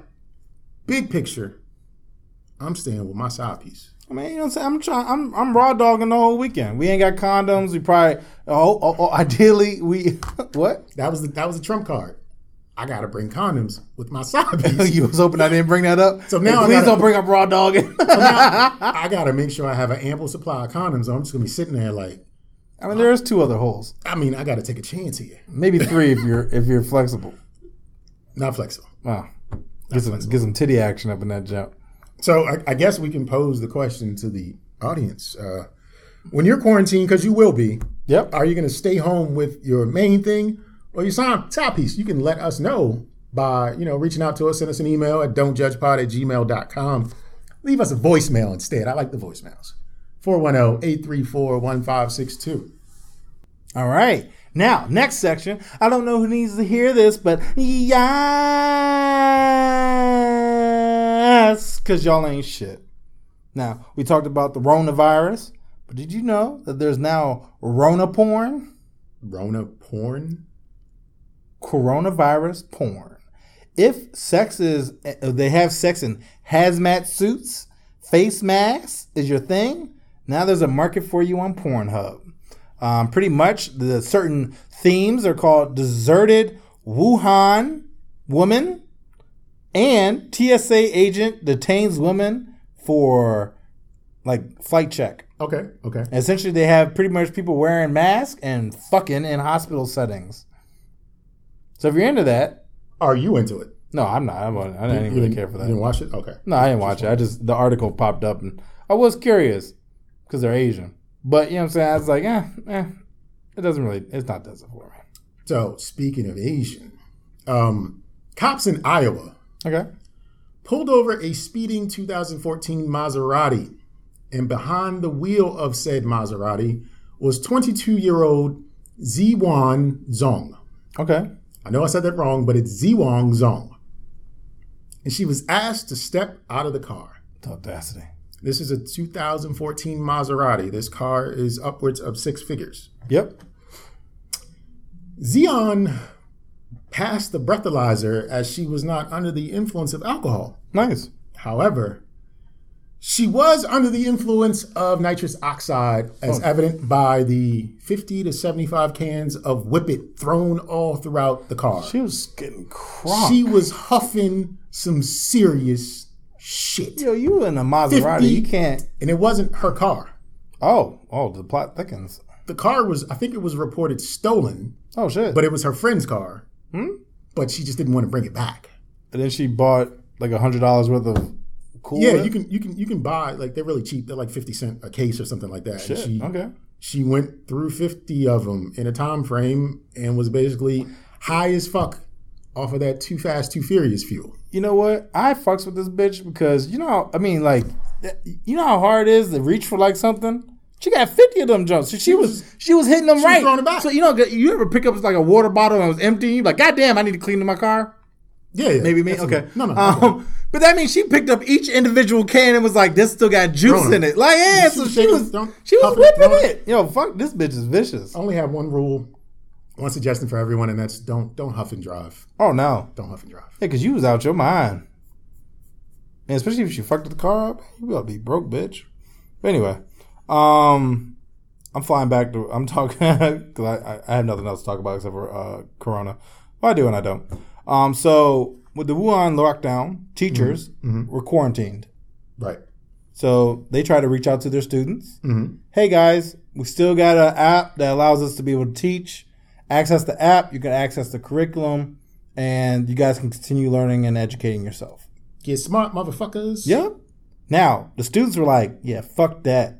Speaker 3: big picture, I'm staying with my side piece.
Speaker 2: I mean, you know what I'm saying? I'm trying. I'm I'm raw dogging the whole weekend. We ain't got condoms. We probably oh, oh, oh ideally we what?
Speaker 3: That was the that was the trump card. I gotta bring condoms with my side piece.
Speaker 2: you was hoping I didn't bring that up. So
Speaker 3: now I
Speaker 2: please
Speaker 3: gotta-
Speaker 2: don't bring up raw dogging.
Speaker 3: I gotta make sure I have an ample supply of condoms. Or I'm just gonna be sitting there like,
Speaker 2: I mean, there's two other holes,
Speaker 3: I mean, I gotta take a chance here.
Speaker 2: maybe three if you're if you're flexible.
Speaker 3: Not flexible.
Speaker 2: Wow. Get some, get some titty action up in that jump.
Speaker 3: So I, I guess we can pose the question to the audience: uh, When you're quarantined, because you will be,
Speaker 2: Yep.
Speaker 3: are you gonna stay home with your main thing or your side side piece? You can let us know by you know reaching out to us, send us an email at don'tjudgepod at gmail.com. Leave us a voicemail instead. I like the voicemails. oh, 410-834-1562.
Speaker 2: All right. Now, next section. I don't know who needs to hear this, but yes, because y'all ain't shit. Now, we talked about the Ronavirus, but did you know that there's now Rona porn?
Speaker 3: Rona porn?
Speaker 2: Coronavirus porn. If sex is, uh, they have sex in hazmat suits, face masks is your thing, now there's a market for you on Pornhub. Um, pretty much, the certain themes are called deserted Wuhan woman and TSA agent detains woman for like flight check.
Speaker 3: Okay, okay.
Speaker 2: Essentially, they have pretty much people wearing masks and fucking in hospital settings. So if you're into that,
Speaker 3: Are you into it?
Speaker 2: no, I'm not. I, wasn't, I didn't
Speaker 3: You
Speaker 2: really
Speaker 3: didn't-
Speaker 2: care for
Speaker 3: You didn't
Speaker 2: that.
Speaker 3: watch it? Okay.
Speaker 2: No, I didn't watch it. I just the article popped up and I was curious because they're Asian. But you know what I'm saying? I was like, eh, eh, it doesn't really. It's not does it for me.
Speaker 3: So speaking of Asian, um, cops in Iowa
Speaker 2: Okay.
Speaker 3: pulled over a speeding 2014 Maserati, and behind the wheel of said Maserati was 22-year-old Ziwan Zong.
Speaker 2: Okay.
Speaker 3: I know I said that wrong, but it's Ziwang Zong. And she was asked to step out of the car.
Speaker 2: The audacity.
Speaker 3: This is a 2014 Maserati. This car is upwards of six figures.
Speaker 2: Yep.
Speaker 3: Xeon passed the breathalyzer as she was not under the influence of alcohol.
Speaker 2: Nice.
Speaker 3: However, she was under the influence of nitrous oxide,
Speaker 2: Oh.
Speaker 3: as evident by the 50 to 75 cans of Whippet thrown all throughout the car. She,
Speaker 2: She was getting cropped.
Speaker 3: was huffing some serious shit.
Speaker 2: Yo, you in a Maserati?
Speaker 3: 50.
Speaker 2: You can't.
Speaker 3: And it wasn't her car.
Speaker 2: Oh, oh, the plot thickens.
Speaker 3: The car was, I think it was reported stolen,
Speaker 2: Oh shit.
Speaker 3: but it was her friend's car.
Speaker 2: Hmm?
Speaker 3: But she just didn't want to bring it back.
Speaker 2: And then she bought like a hundred dollars worth of cool.
Speaker 3: Yeah,
Speaker 2: Whip?
Speaker 3: you can you can you can buy like they're really cheap. They're like fifty cent a case or something like that. And
Speaker 2: Shit,
Speaker 3: she
Speaker 2: okay.
Speaker 3: she went through fifty of them in a time frame and was basically high as fuck off of that too fast, too furious fuel.
Speaker 2: You know what? I fucks with this bitch because you know, how, I mean, like, th- you know how hard it is to reach for like something. She got fifty of them jumps. So she was she was hitting them right.
Speaker 3: throwing it back.
Speaker 2: So you know, you ever pick up like a water bottle and it was empty? You like, God damn, I need to clean my car.
Speaker 3: Yeah, yeah
Speaker 2: Maybe me.
Speaker 3: Absolutely.
Speaker 2: Okay.
Speaker 3: No, no.
Speaker 2: Um,
Speaker 3: no.
Speaker 2: But that means she picked up each individual can and was like, "This still got juice
Speaker 3: Throwing
Speaker 2: in
Speaker 3: it.
Speaker 2: it." Like, yeah.
Speaker 3: see
Speaker 2: so
Speaker 3: the
Speaker 2: she
Speaker 3: shape
Speaker 2: was
Speaker 3: of it?
Speaker 2: she was
Speaker 3: Huffing it,
Speaker 2: whipping
Speaker 3: throwing
Speaker 2: it. Yo, fuck, this bitch is vicious.
Speaker 3: I only have one rule. One suggestion for everyone, and that's don't don't huff and drive.
Speaker 2: Oh no,
Speaker 3: Don't huff and drive.
Speaker 2: yeah, because you was out your mind, and especially if she fucked the car up, you gotta be broke, bitch. But anyway, um, I'm flying back to I'm talking because I, I I have nothing else to talk about except for uh Corona. Well, I do and I don't. Um, so with the Wuhan lockdown, teachers were quarantined.
Speaker 3: Right.
Speaker 2: So they try to reach out to their students.
Speaker 3: Mhm.
Speaker 2: Hey guys, we still got an app that allows us to be able to teach. Access the app, you can access the curriculum, and you guys can continue learning and educating yourself.
Speaker 3: Get smart, motherfuckers.
Speaker 2: Yep. Now, the students were like, yeah, fuck that.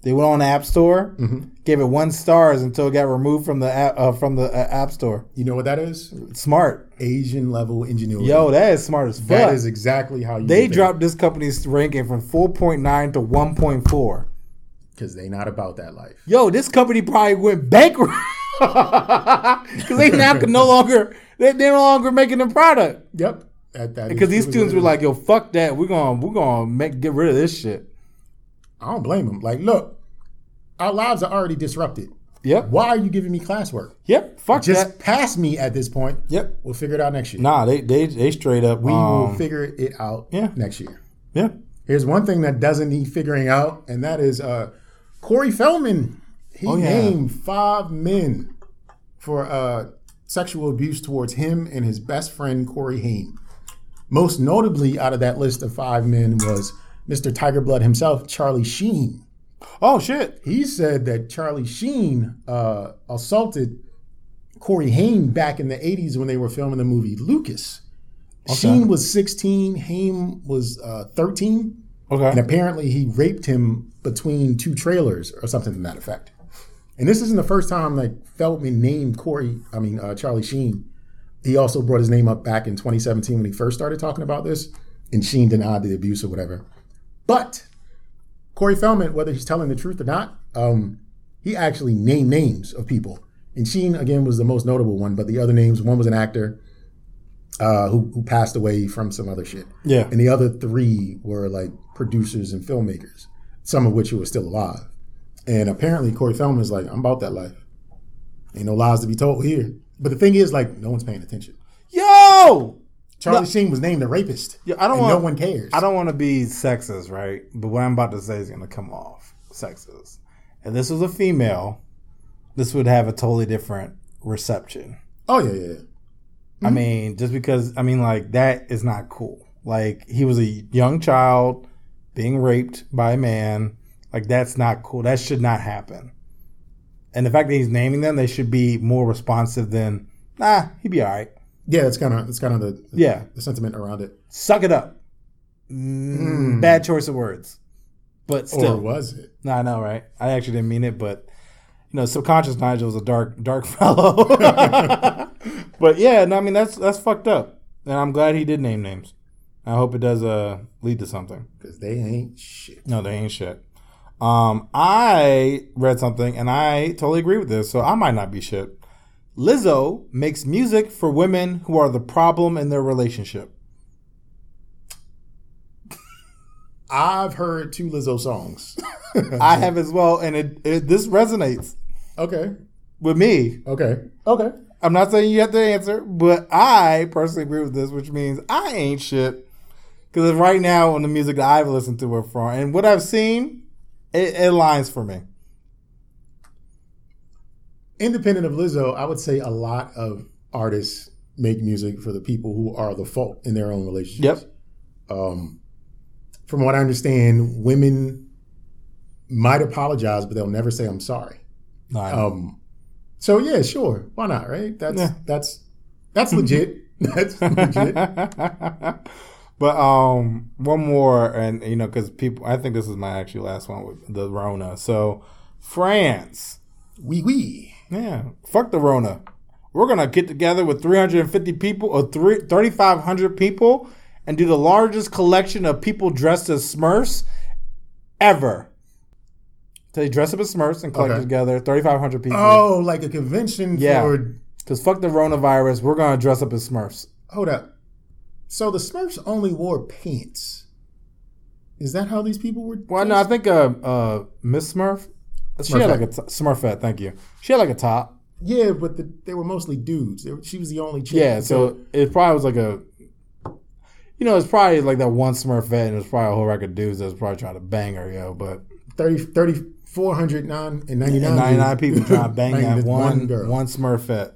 Speaker 2: They went on the App Store,
Speaker 3: Mm-hmm.
Speaker 2: gave it one stars until it got removed from the app, uh, from the uh, App Store.
Speaker 3: You know what that is?
Speaker 2: Smart.
Speaker 3: Asian level ingenuity.
Speaker 2: Yo, that is smart as fuck.
Speaker 3: that is exactly how you.
Speaker 2: they dropped this company's ranking from 4.9 to 1.4.
Speaker 3: because they not about that life.
Speaker 2: yo, this company probably went bankrupt because they now can no longer they they no longer making the product
Speaker 3: Yep. That, that is
Speaker 2: because these
Speaker 3: truly
Speaker 2: students
Speaker 3: what
Speaker 2: were
Speaker 3: it
Speaker 2: like,
Speaker 3: is.
Speaker 2: yo, fuck that, we're gonna we're gonna make get rid of this shit.
Speaker 3: I don't blame them. Like, look, our lives are already disrupted.
Speaker 2: Yep,
Speaker 3: Why are you giving me classwork?
Speaker 2: yep, fuck
Speaker 3: Just
Speaker 2: that.
Speaker 3: pass me at this point.
Speaker 2: Yep,
Speaker 3: We'll figure it out next year.
Speaker 2: nah, they they they straight up.
Speaker 3: we will
Speaker 2: um,
Speaker 3: figure it out
Speaker 2: yeah.
Speaker 3: next year.
Speaker 2: yeah,
Speaker 3: Here's one thing that doesn't need figuring out, and that is uh, Corey Feldman. He
Speaker 2: Oh, yeah.
Speaker 3: named five men for uh, sexual abuse towards him and his best friend, Corey Haim. Most notably out of that list of five men was Mr. Tiger Blood himself, Charlie Sheen.
Speaker 2: oh shit,
Speaker 3: He said that Charlie Sheen uh, assaulted Corey Haim back in the 80s when they were filming the movie Lucas. Sheen was 16, Haim was uh, 13. And
Speaker 2: okay,
Speaker 3: apparently he raped him between two trailers or something to that effect. And this isn't the first time like Feldman named Corey, I mean uh, Charlie Sheen. He also brought his name up back in 2017 when he first started talking about this, and Sheen denied the abuse or whatever. But Corey Feldman, whether he's telling the truth or not, um, he actually named names of people. And Sheen again was the most notable one, but the other names, one was an actor uh, who, who passed away from some other shit
Speaker 2: yeah,
Speaker 3: and the other three were like producers and filmmakers, some of which who were still alive. And apparently, Corey Feldman is like, I'm about that life. Ain't no lies to be told here. But the thing is, like, no one's paying attention.
Speaker 2: yo.
Speaker 3: Charlie Sheen was named a rapist.
Speaker 2: Yeah, I don't
Speaker 3: and
Speaker 2: want-
Speaker 3: no one cares.
Speaker 2: I don't want to be sexist, right? But what I'm about to say is going to come off sexist. If this was a female, this would have a totally different reception.
Speaker 3: Oh yeah, yeah, yeah.
Speaker 2: I mean, just because I mean, like that is not cool. Like he was a young child being raped by a man. Like that's not cool. That should not happen. And the fact that he's naming them, they should be more responsive than nah. He'd be all right.
Speaker 3: Yeah, that's kind of that's kind of the
Speaker 2: Yeah.
Speaker 3: the sentiment around it.
Speaker 2: Suck it up. Mm, Bad choice of words, but
Speaker 3: Or
Speaker 2: still.
Speaker 3: was it?
Speaker 2: No, I know, right? I actually didn't mean it, but you know, subconscious Nigel is a dark, dark fellow. but yeah, no, I mean that's that's fucked up, and I'm glad he did name names. I hope it does uh lead to something.
Speaker 3: Because they ain't shit.
Speaker 2: No, they ain't shit. Um, I read something and I totally agree with this, so I might not be shit. Lizzo makes music for women who are the problem in their relationship.
Speaker 3: I've heard two Lizzo songs.
Speaker 2: I have as well, and it, it this resonates
Speaker 3: okay,
Speaker 2: with me.
Speaker 3: okay, okay.
Speaker 2: I'm not saying you have to answer, but I personally agree with this, which means I ain't shit. Because right now, on the music that I've listened to it from and what I've seen, it, it lines for me.
Speaker 3: independent of Lizzo, I would say a lot of artists make music for the people who are the fault in their own relationships. Um, from what I understand, women might apologize, but they'll never say "I'm sorry."
Speaker 2: Nah,
Speaker 3: Um, so yeah, sure, why not? Right? That's
Speaker 2: Yeah.
Speaker 3: that's that's legit. that's legit.
Speaker 2: but um, one more, and you know, because people, I think this is my actually last one with the Rona. So France,
Speaker 3: Wee wee.
Speaker 2: yeah, fuck the Rona. We're gonna get together with 350 people or three- 3,500 people and do the largest collection of people dressed as Smurfs ever. So they dress up as Smurfs and collect
Speaker 3: Okay.
Speaker 2: together 3,500 people.
Speaker 3: Oh, like a convention
Speaker 2: Yeah.
Speaker 3: for.
Speaker 2: Cause fuck the Ronavirus, we're gonna dress up as Smurfs.
Speaker 3: Hold up. So the Smurfs only wore pants. Is that how these people were?
Speaker 2: Well, no, I think uh, uh, Miss Smurf. She had like a t- Smurfette. Thank you. She had like a top,
Speaker 3: Yeah, but the, they were mostly dudes. They were, she was the only chick.
Speaker 2: Yeah, so it probably was like a, you know, it's probably like that one Smurfette, and it's probably a whole rack of dudes that was probably trying to bang her, yo. But
Speaker 3: 30, 30 409 and 99,
Speaker 2: and 99 people trying to bang
Speaker 3: Banged
Speaker 2: that
Speaker 3: this
Speaker 2: one, one,
Speaker 3: girl.
Speaker 2: Smurfette,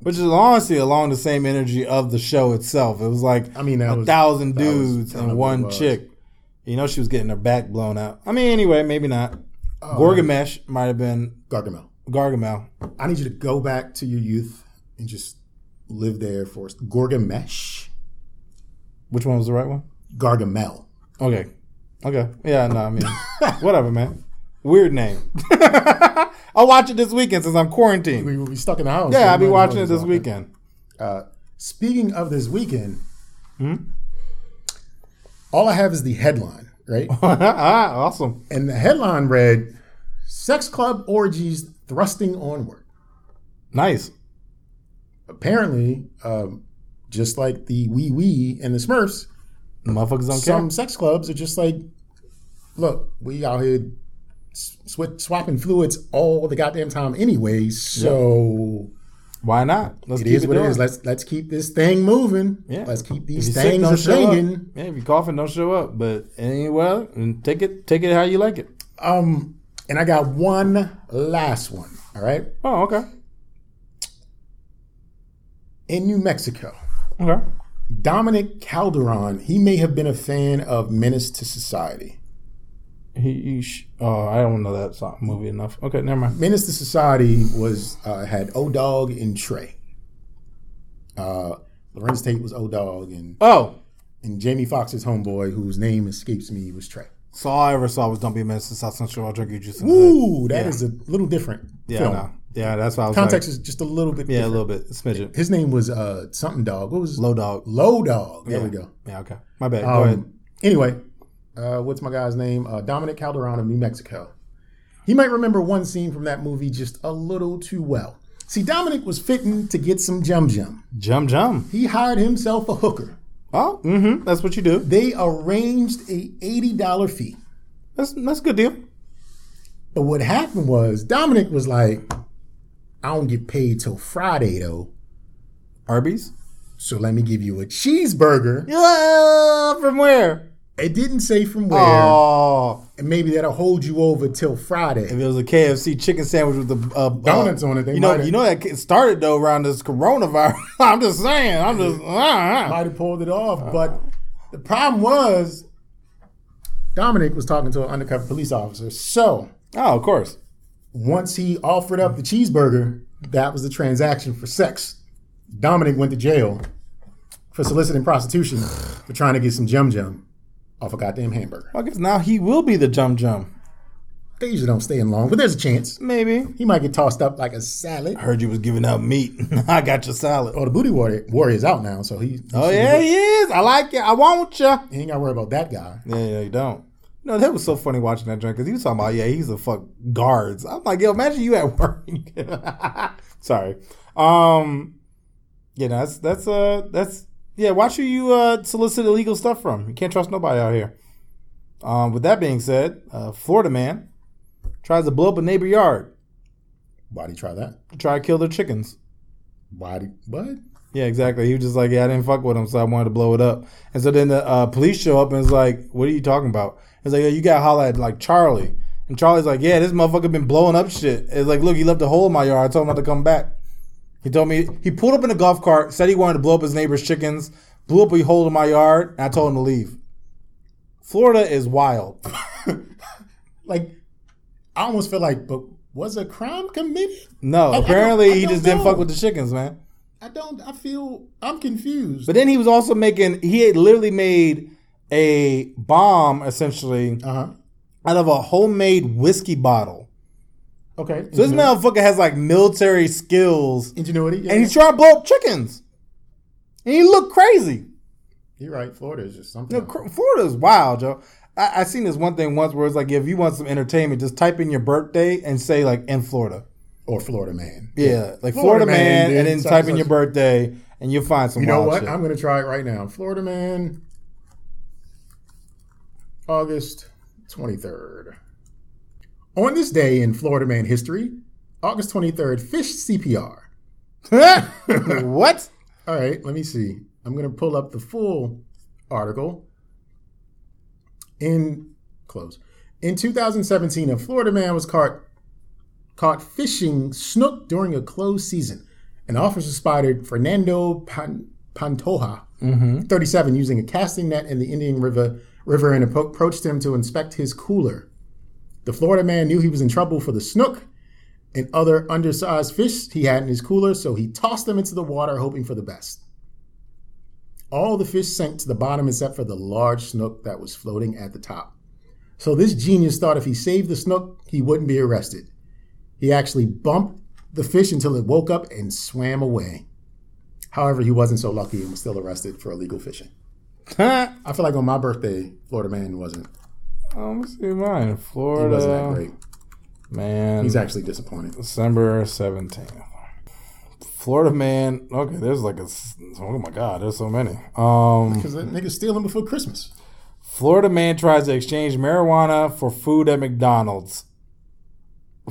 Speaker 2: which is honestly along the same energy of the show itself. It was like
Speaker 3: I mean, that
Speaker 2: a
Speaker 3: was-
Speaker 2: thousand
Speaker 3: that was
Speaker 2: dudes
Speaker 3: kinda
Speaker 2: and
Speaker 3: what it
Speaker 2: one
Speaker 3: was.
Speaker 2: chick. You know, she was getting her back blown out. I mean, anyway, maybe not.
Speaker 3: Oh,
Speaker 2: Gorgamesh might have been
Speaker 3: Gargamel.
Speaker 2: Gargamel.
Speaker 3: I need you to go back to your youth and just live there for us. Gorgamesh,
Speaker 2: Which one was the right one?
Speaker 3: Gargamel.
Speaker 2: Okay. Okay. Yeah, no, I mean, whatever, man. Weird name. I'll watch it this weekend since I'm quarantined.
Speaker 3: We will be stuck in the house.
Speaker 2: Yeah, I'll be
Speaker 3: Might as well
Speaker 2: watching it
Speaker 3: just
Speaker 2: this
Speaker 3: watch
Speaker 2: weekend.
Speaker 3: Uh, speaking of this weekend,
Speaker 2: Hmm?
Speaker 3: all I have is the headline, right?
Speaker 2: ah, awesome.
Speaker 3: and the headline read, "Sex club orgies thrusting onward."
Speaker 2: Nice.
Speaker 3: Apparently, um, just like the wee wee and the Smurfs,
Speaker 2: Motherfuckers don't
Speaker 3: some
Speaker 2: care.
Speaker 3: sex clubs are just like, look, we out here s- swi swapping fluids all the goddamn time anyway. So
Speaker 2: Why not? Let's
Speaker 3: it is what it is. Let's let's keep this thing moving.
Speaker 2: Yeah.
Speaker 3: Let's keep
Speaker 2: If
Speaker 3: these
Speaker 2: you sick,
Speaker 3: things
Speaker 2: don't
Speaker 3: a
Speaker 2: show up.
Speaker 3: thingin'.
Speaker 2: Yeah, if you coughing, don't show up. But anyway, and take it, take it how you like it.
Speaker 3: Um, and I got one last one. All right,
Speaker 2: Oh, okay,
Speaker 3: in New Mexico,
Speaker 2: okay.
Speaker 3: Dominic Calderon. He may have been a fan of Menace to Society.
Speaker 2: He, he sh- oh, I don't know that song, movie enough. Okay, never mind.
Speaker 3: Menace to Society was uh, had O Dog and Trey. Uh, Lorenz Tate was O Dog, and
Speaker 2: Oh,
Speaker 3: and Jamie Foxx's homeboy, whose name escapes me, was Trey.
Speaker 2: so all I ever saw was "Don't Be a Menace to South Central." I'll drink you juice. in the hood.
Speaker 3: Ooh, that is a little different.
Speaker 2: Yeah,
Speaker 3: film.
Speaker 2: no. yeah, that's why I was
Speaker 3: Context
Speaker 2: Like,
Speaker 3: is just a little bit.
Speaker 2: yeah, a
Speaker 3: different.
Speaker 2: little bit smidgen.
Speaker 3: His name was uh, something dog. What was his-
Speaker 2: Low dog.
Speaker 3: Low dog. There we go.
Speaker 2: Yeah, okay. My bad. Go
Speaker 3: Um,
Speaker 2: ahead.
Speaker 3: Anyway, uh, what's my guy's name? Uh, Dominic Calderon of New Mexico. He might remember one scene from that movie just a little too well. See, Dominic was fitting to get some jum jum.
Speaker 2: Jum jum.
Speaker 3: He hired himself a hooker.
Speaker 2: Oh, mm-hmm. That's what you do.
Speaker 3: They arranged a eighty dollar fee.
Speaker 2: That's that's a good deal.
Speaker 3: But what happened was Dominic was like, "I don't get paid till Friday though,
Speaker 2: Arby's.
Speaker 3: so let me give you a cheeseburger."
Speaker 2: Yeah, from where?
Speaker 3: It didn't say from where,
Speaker 2: Oh.
Speaker 3: and maybe that'll hold you over till Friday.
Speaker 2: If it was a KFC chicken sandwich with the uh,
Speaker 3: Donuts
Speaker 2: uh,
Speaker 3: on it, they
Speaker 2: you know,
Speaker 3: might've-
Speaker 2: you know that it started though around this coronavirus. I'm just saying. I'm just. uh, uh.
Speaker 3: might have pulled it off. But the problem was Dominic was talking to an undercover police officer. So
Speaker 2: Oh, of course.
Speaker 3: once he offered up the cheeseburger, that was the transaction for sex. Dominic went to jail for soliciting prostitution for trying to get some jum jum off a goddamn hamburger.
Speaker 2: I guess now he will be the jump jump.
Speaker 3: They usually don't stay in long, but there's a chance.
Speaker 2: Maybe.
Speaker 3: He might get tossed up like a salad.
Speaker 2: Heard you was giving out meat. I got your salad.
Speaker 3: Oh, the booty warrior, warrior's out now, so he, he
Speaker 2: Oh
Speaker 3: shouldn't
Speaker 2: yeah,
Speaker 3: get-
Speaker 2: he is. I like it. I want you.
Speaker 3: he ain't got to worry about that guy.
Speaker 2: Yeah, yeah, you don't. No, that was so funny watching that drink because he was talking about, yeah, he's a fuck guards. I'm like, yo, imagine you at work. Sorry. Um, yeah, no, that's that's uh that's yeah. Watch who you uh solicit illegal stuff from. You can't trust nobody out here. Um, with that being said, uh, Florida man tries to blow up a neighbor yard
Speaker 3: Why'd he try that?
Speaker 2: to try to kill their chickens.
Speaker 3: Why'd he, what?
Speaker 2: Yeah, exactly. He was just like, yeah, I didn't fuck with him, so I wanted to blow it up. And so then the uh, police show up and it's like, what are you talking about? It's like, yo, you got to holler at like Charlie. And Charlie's like, yeah, this motherfucker been blowing up shit. It's like, look, he left a hole in my yard. I told him not to come back. He told me he pulled up in a golf cart, said he wanted to blow up his neighbor's chickens, blew up a hole in my yard, and I told him to leave. Florida is wild.
Speaker 3: like I almost feel like, but was a crime committed?
Speaker 2: No,
Speaker 3: I- I
Speaker 2: apparently
Speaker 3: don't- I
Speaker 2: he just
Speaker 3: don't
Speaker 2: didn't
Speaker 3: know.
Speaker 2: fuck with the chickens, man.
Speaker 3: I don't. I feel I'm confused.
Speaker 2: But then he was also making, he had literally made a bomb essentially.
Speaker 3: uh huh.
Speaker 2: out of a homemade whiskey bottle.
Speaker 3: Okay.
Speaker 2: So this motherfucker has like military skills,
Speaker 3: ingenuity. Yeah.
Speaker 2: and he's trying to blow up chickens. And he looked crazy.
Speaker 3: You're right. Florida is just something.
Speaker 2: You know, Cr- Florida's wild, yo. I, I seen this one thing once where it's like if you want some entertainment, just type in your birthday and say like in Florida.
Speaker 3: or Florida man.
Speaker 2: Yeah, like Florida,
Speaker 3: Florida
Speaker 2: man,
Speaker 3: man,
Speaker 2: and
Speaker 3: dude.
Speaker 2: then
Speaker 3: Such-
Speaker 2: type in
Speaker 3: such-
Speaker 2: your birthday and you'll find some.
Speaker 3: You know
Speaker 2: wild
Speaker 3: what?
Speaker 2: shit.
Speaker 3: I'm gonna try it right now. Florida man. August 23rd. On this day in Florida man history, August 23rd, fish CPR.
Speaker 2: what?
Speaker 3: All right, let me see. I'm going to pull up the full article. In close. In 2017, a Florida man was caught caught fishing snook during a closed season. An officer spotted Fernando Pan, Pantoja, 37, using a casting net in the Indian River river and appro- approached him to inspect his cooler. The Florida man knew he was in trouble for the snook and other undersized fish he had in his cooler, so he tossed them into the water, hoping for the best. All the fish sank to the bottom except for the large snook that was floating at the top. So this genius thought if he saved the snook, he wouldn't be arrested. He actually bumped the fish until it woke up and swam away. However, he wasn't so lucky and was still arrested for illegal fishing.
Speaker 2: Huh?
Speaker 3: I feel like on my birthday, Florida man wasn't
Speaker 2: Oh, let's see mine.
Speaker 3: he
Speaker 2: Florida.
Speaker 3: wasn't that great.
Speaker 2: Man.
Speaker 3: He's actually disappointed.
Speaker 2: December 17th. Florida man. Okay, there's like a. s- Oh my God, there's so many. Um,
Speaker 3: Because that nigga stealing before Christmas.
Speaker 2: Florida man tries to exchange marijuana for food at McDonald's.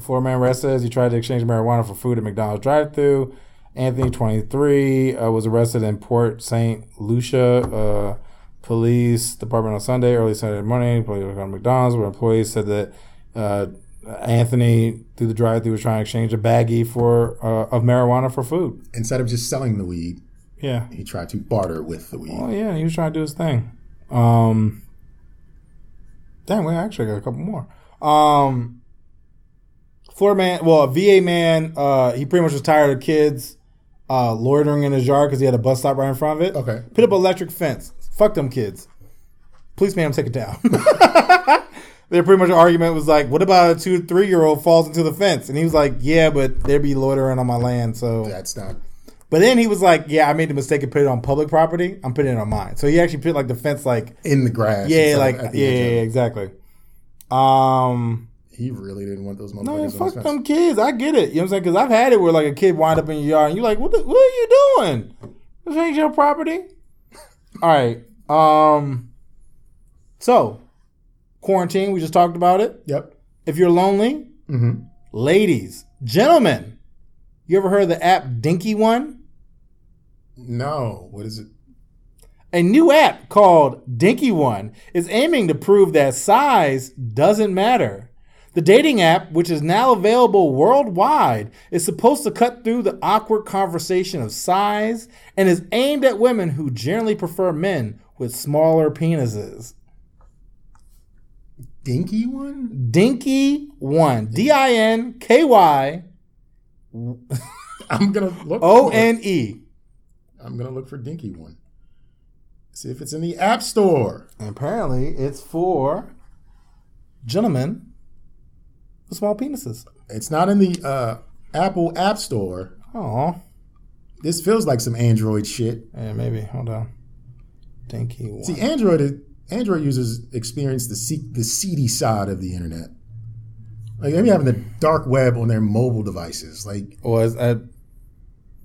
Speaker 2: Florida man arrested says he tried to exchange marijuana for food at McDonald's drive thru. Anthony, 23, uh, was arrested in Port St. Lucia uh, Police Department on Sunday, early Sunday morning. Police were on McDonald's, where employees said that uh, Anthony, through the drive thru, was trying to exchange a baggie for uh, of marijuana for food.
Speaker 3: Instead of just selling the weed,
Speaker 2: Yeah.
Speaker 3: he tried to barter with the weed.
Speaker 2: Oh yeah, he was trying to do his thing. Um, damn, we actually got a couple more. Um, Florida man, well, a VA man, uh, he pretty much was tired of kids uh, loitering in his yard because he had a bus stop right in front of it.
Speaker 3: Okay.
Speaker 2: put up an electric fence. Fuck them kids. Police made him take it down. Their pretty much argument was like, "What about a two, three year old falls into the fence?" And he was like, "Yeah, but they'd be loitering on my land, so
Speaker 3: That's not.
Speaker 2: but then he was like, "Yeah, I made the mistake and put it on public property. I'm putting it on mine." So he actually put like the fence, like
Speaker 3: In the grass.
Speaker 2: yeah,
Speaker 3: instead of
Speaker 2: like
Speaker 3: at the
Speaker 2: yeah,
Speaker 3: edge
Speaker 2: yeah,
Speaker 3: of
Speaker 2: yeah, exactly. Um,
Speaker 3: it. He really didn't want those motherfuckers. on
Speaker 2: no,
Speaker 3: his
Speaker 2: fuck
Speaker 3: fence.
Speaker 2: them kids. I get it. You know what I'm saying? Because I've had it where like a kid wind up in your yard and you're like, "What? The, what are you doing? This ain't your property." All right. Um. So, quarantine. We just talked about it.
Speaker 3: Yep.
Speaker 2: If you're lonely, Mm-hmm.
Speaker 3: Mhm.
Speaker 2: ladies, gentlemen, you ever heard of the app Dinky One?
Speaker 3: No. What is it?
Speaker 2: A new app called Dinky One is aiming to prove that size doesn't matter. The dating app, which is now available worldwide, is supposed to cut through the awkward conversation of size and is aimed at women who generally prefer men with smaller penises.
Speaker 3: Dinky one?
Speaker 2: Dinky One, D I N K Y
Speaker 3: I'm gonna look.
Speaker 2: O
Speaker 3: for it.
Speaker 2: N E.
Speaker 3: I'm gonna look for Dinky one. See if it's in the App Store.
Speaker 2: And apparently, it's for gentlemen with small penises.
Speaker 3: It's not in the uh, Apple App Store.
Speaker 2: Aww.
Speaker 3: This feels like some Android shit.
Speaker 2: Yeah, maybe. Hold on. Dinky one.
Speaker 3: See, Android Android users experience the se- the seedy side of the internet. Like maybe having the dark web on their mobile devices. Like
Speaker 2: was at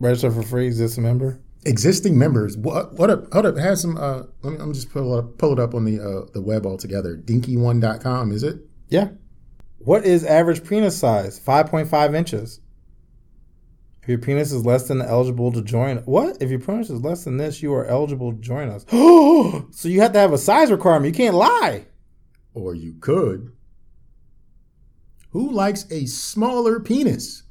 Speaker 2: register for free. Is this a member?
Speaker 3: existing members. What what up? Hold up. It has some. Uh, let me. I'm just pull up pull it up on the uh, the web altogether. Dinky1.com is it?
Speaker 2: Yeah. What is average penis size? Five point five inches. If your penis is less than eligible to join, what? If your penis is less than this, you are eligible to join us. so you have to have a size requirement. You can't lie.
Speaker 3: Or you could. Who likes a smaller penis?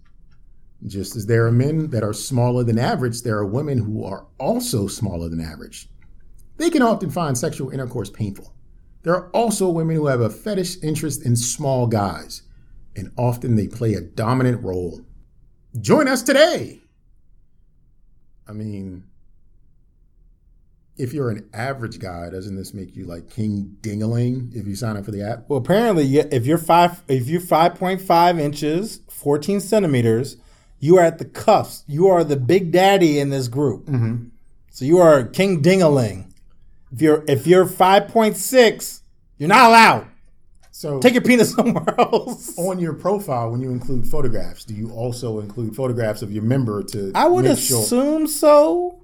Speaker 3: Just as there are men that are smaller than average, there are women who are also smaller than average. They can often find sexual intercourse painful. There are also women who have a fetish interest in small guys, and often they play a dominant role. Join us today! I mean, if you're an average guy, doesn't this make you like King Dingaling if you sign up for the app?
Speaker 2: Well, apparently, yeah, if you're five, if you're five point five inches, fourteen centimeters, you are at the cuffs. You are the big daddy in this group.
Speaker 3: Mm-hmm.
Speaker 2: So you are King Dingaling. If you're if you're five point six, you're not allowed.
Speaker 3: So
Speaker 2: Take your penis somewhere else.
Speaker 3: on your profile when you include photographs do you also include photographs of your member to
Speaker 2: I would
Speaker 3: make sure-
Speaker 2: assume so,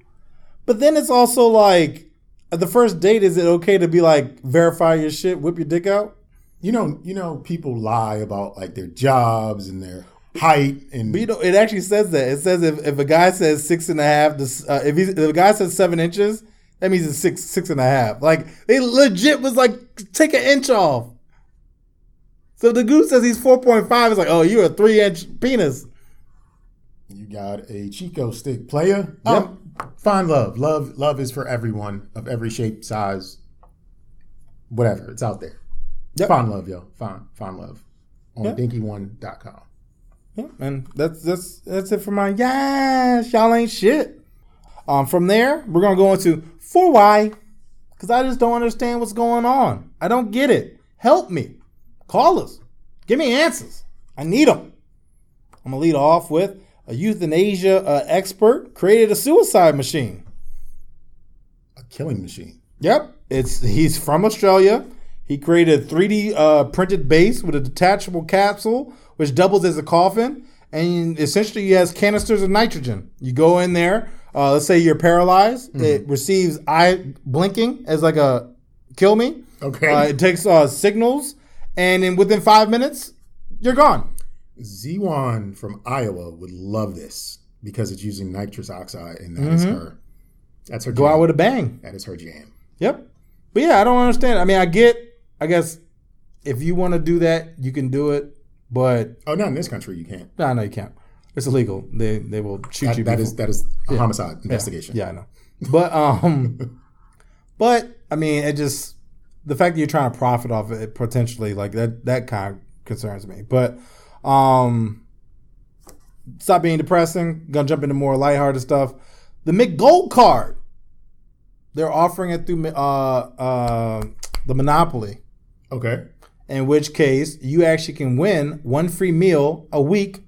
Speaker 2: but then it's also like at the first date. Is it okay to be like verify your shit, whip your dick out?
Speaker 3: you know you know people lie about like their jobs and their height and
Speaker 2: But you know, it actually says that. It says if, if a guy says six and a half, this, uh, if, he's, if a guy says seven inches, that means it's six six and a half. Like they legit was like take an inch off. So if the goose says he's four point five. It's like oh, you're a three inch penis.
Speaker 3: you got a Chico stick player. Oh, find love. Love love is for everyone of every shape, size, whatever. It's out there.
Speaker 2: Yep.
Speaker 3: Find love, yo. Find find love on dinkyone.com.
Speaker 2: Yeah, and that's that's that's it for my yes. Y'all ain't shit. Um, from there we're gonna go into for why, because I just don't understand what's going on. I don't get it. Help me. Call us. Give me answers. I need them. I'm gonna lead off with a euthanasia uh, expert created a suicide machine.
Speaker 3: A killing machine.
Speaker 2: Yep, it's he's from Australia. He created a 3D uh, printed base with a detachable capsule, which doubles as a coffin, and essentially he has canisters of nitrogen. You go in there. Uh, let's say you're paralyzed. It receives eye blinking as like a kill me.
Speaker 3: Okay.
Speaker 2: Uh, it takes uh, signals, and then within five minutes, you're gone.
Speaker 3: Zewan from Iowa would love this because it's using nitrous oxide and that is her that's her
Speaker 2: Mm-hmm. Go out
Speaker 3: jam.
Speaker 2: with a bang.
Speaker 3: that is her jam.
Speaker 2: Yep. But yeah, I don't understand. I mean, I get. I guess if you want to do that, you can do it, but
Speaker 3: Oh not in this country you can't.
Speaker 2: No, no, you can't. It's illegal. They they will shoot you.
Speaker 3: That, that
Speaker 2: before-
Speaker 3: is that is a homicide investigation.
Speaker 2: yeah, I know. But um, but I mean, it just the fact that you're trying to profit off it potentially like that that kind of concerns me. But um, stop being depressing. Gonna jump into more lighthearted stuff. The McGold card. They're offering it through uh uh the Monopoly.
Speaker 3: Okay.
Speaker 2: In which case, you actually can win one free meal a week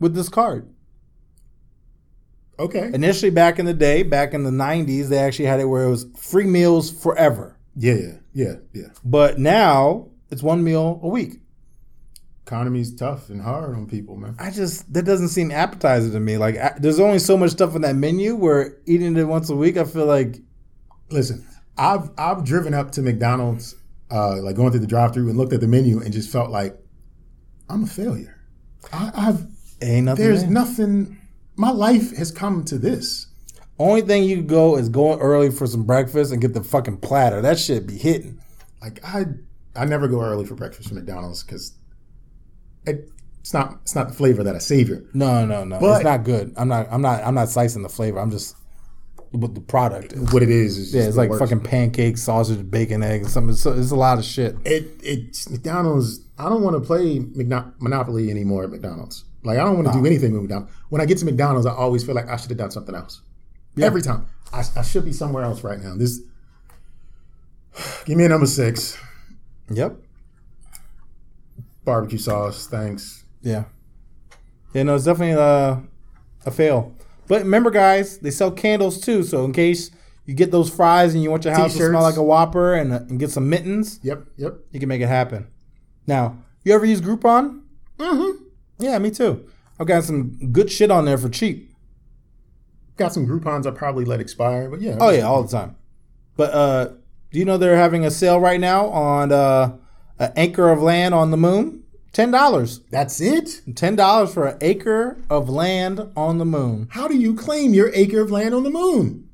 Speaker 2: with this card.
Speaker 3: Okay.
Speaker 2: Initially, back in the day, back in the 90s, they actually had it where it was free meals forever.
Speaker 3: yeah, yeah, yeah, yeah.
Speaker 2: But now it's one meal a week.
Speaker 3: Economy's tough and hard on people, man.
Speaker 2: I just, that doesn't seem appetizing to me. Like, I, there's only so much stuff on that menu where eating it once a week, I feel like,
Speaker 3: Listen, I've I've driven up to McDonald's, uh, like going through the drive through and looked at the menu and just felt like I'm a failure. I, I've
Speaker 2: ain't nothing.
Speaker 3: there's
Speaker 2: there.
Speaker 3: nothing. My life has come to this.
Speaker 2: only thing you could go is going early for some breakfast and get the fucking platter. That shit be hitting.
Speaker 3: Like I I never go early for breakfast from McDonald's because it, it's not it's not the flavor that I savor.
Speaker 2: No, no, no.
Speaker 3: But-
Speaker 2: it's not good. I'm not, I'm not, I'm not slicing the flavor. I'm just, what the product is.
Speaker 3: What it is is just
Speaker 2: Yeah, it's
Speaker 3: the
Speaker 2: like
Speaker 3: worst.
Speaker 2: fucking pancakes, sausage, bacon, eggs, something. So it's a lot of shit.
Speaker 3: it it's McDonald's. I don't want to play McNo- Monopoly anymore at McDonald's. Like I don't want to do anything with McDonald's. When I get to McDonald's, I always feel like I should have done something else. Every time I, I should be somewhere else right now. This give me a number six
Speaker 2: Yep.
Speaker 3: barbecue sauce. Thanks.
Speaker 2: Yeah. Yeah, no, it's definitely uh, a fail. But remember, guys, they sell candles too. So in case you get those fries and you want your house to smell
Speaker 3: T-shirts.
Speaker 2: like a Whopper and, uh, and get some mittens,
Speaker 3: Yep, yep.
Speaker 2: you can make it happen. Now, you ever use Groupon? Mm-hmm. Yeah, me too. I've got some good shit on there for cheap.
Speaker 3: Got some Groupon's I probably let expire, but yeah.
Speaker 2: Oh yeah, all the time. But uh, do you know they're having a sale right now on uh, an acre of land on the moon? Ten dollars.
Speaker 3: that's it.
Speaker 2: Ten dollars for an acre of land on the moon.
Speaker 3: How do you claim your acre of land on the moon?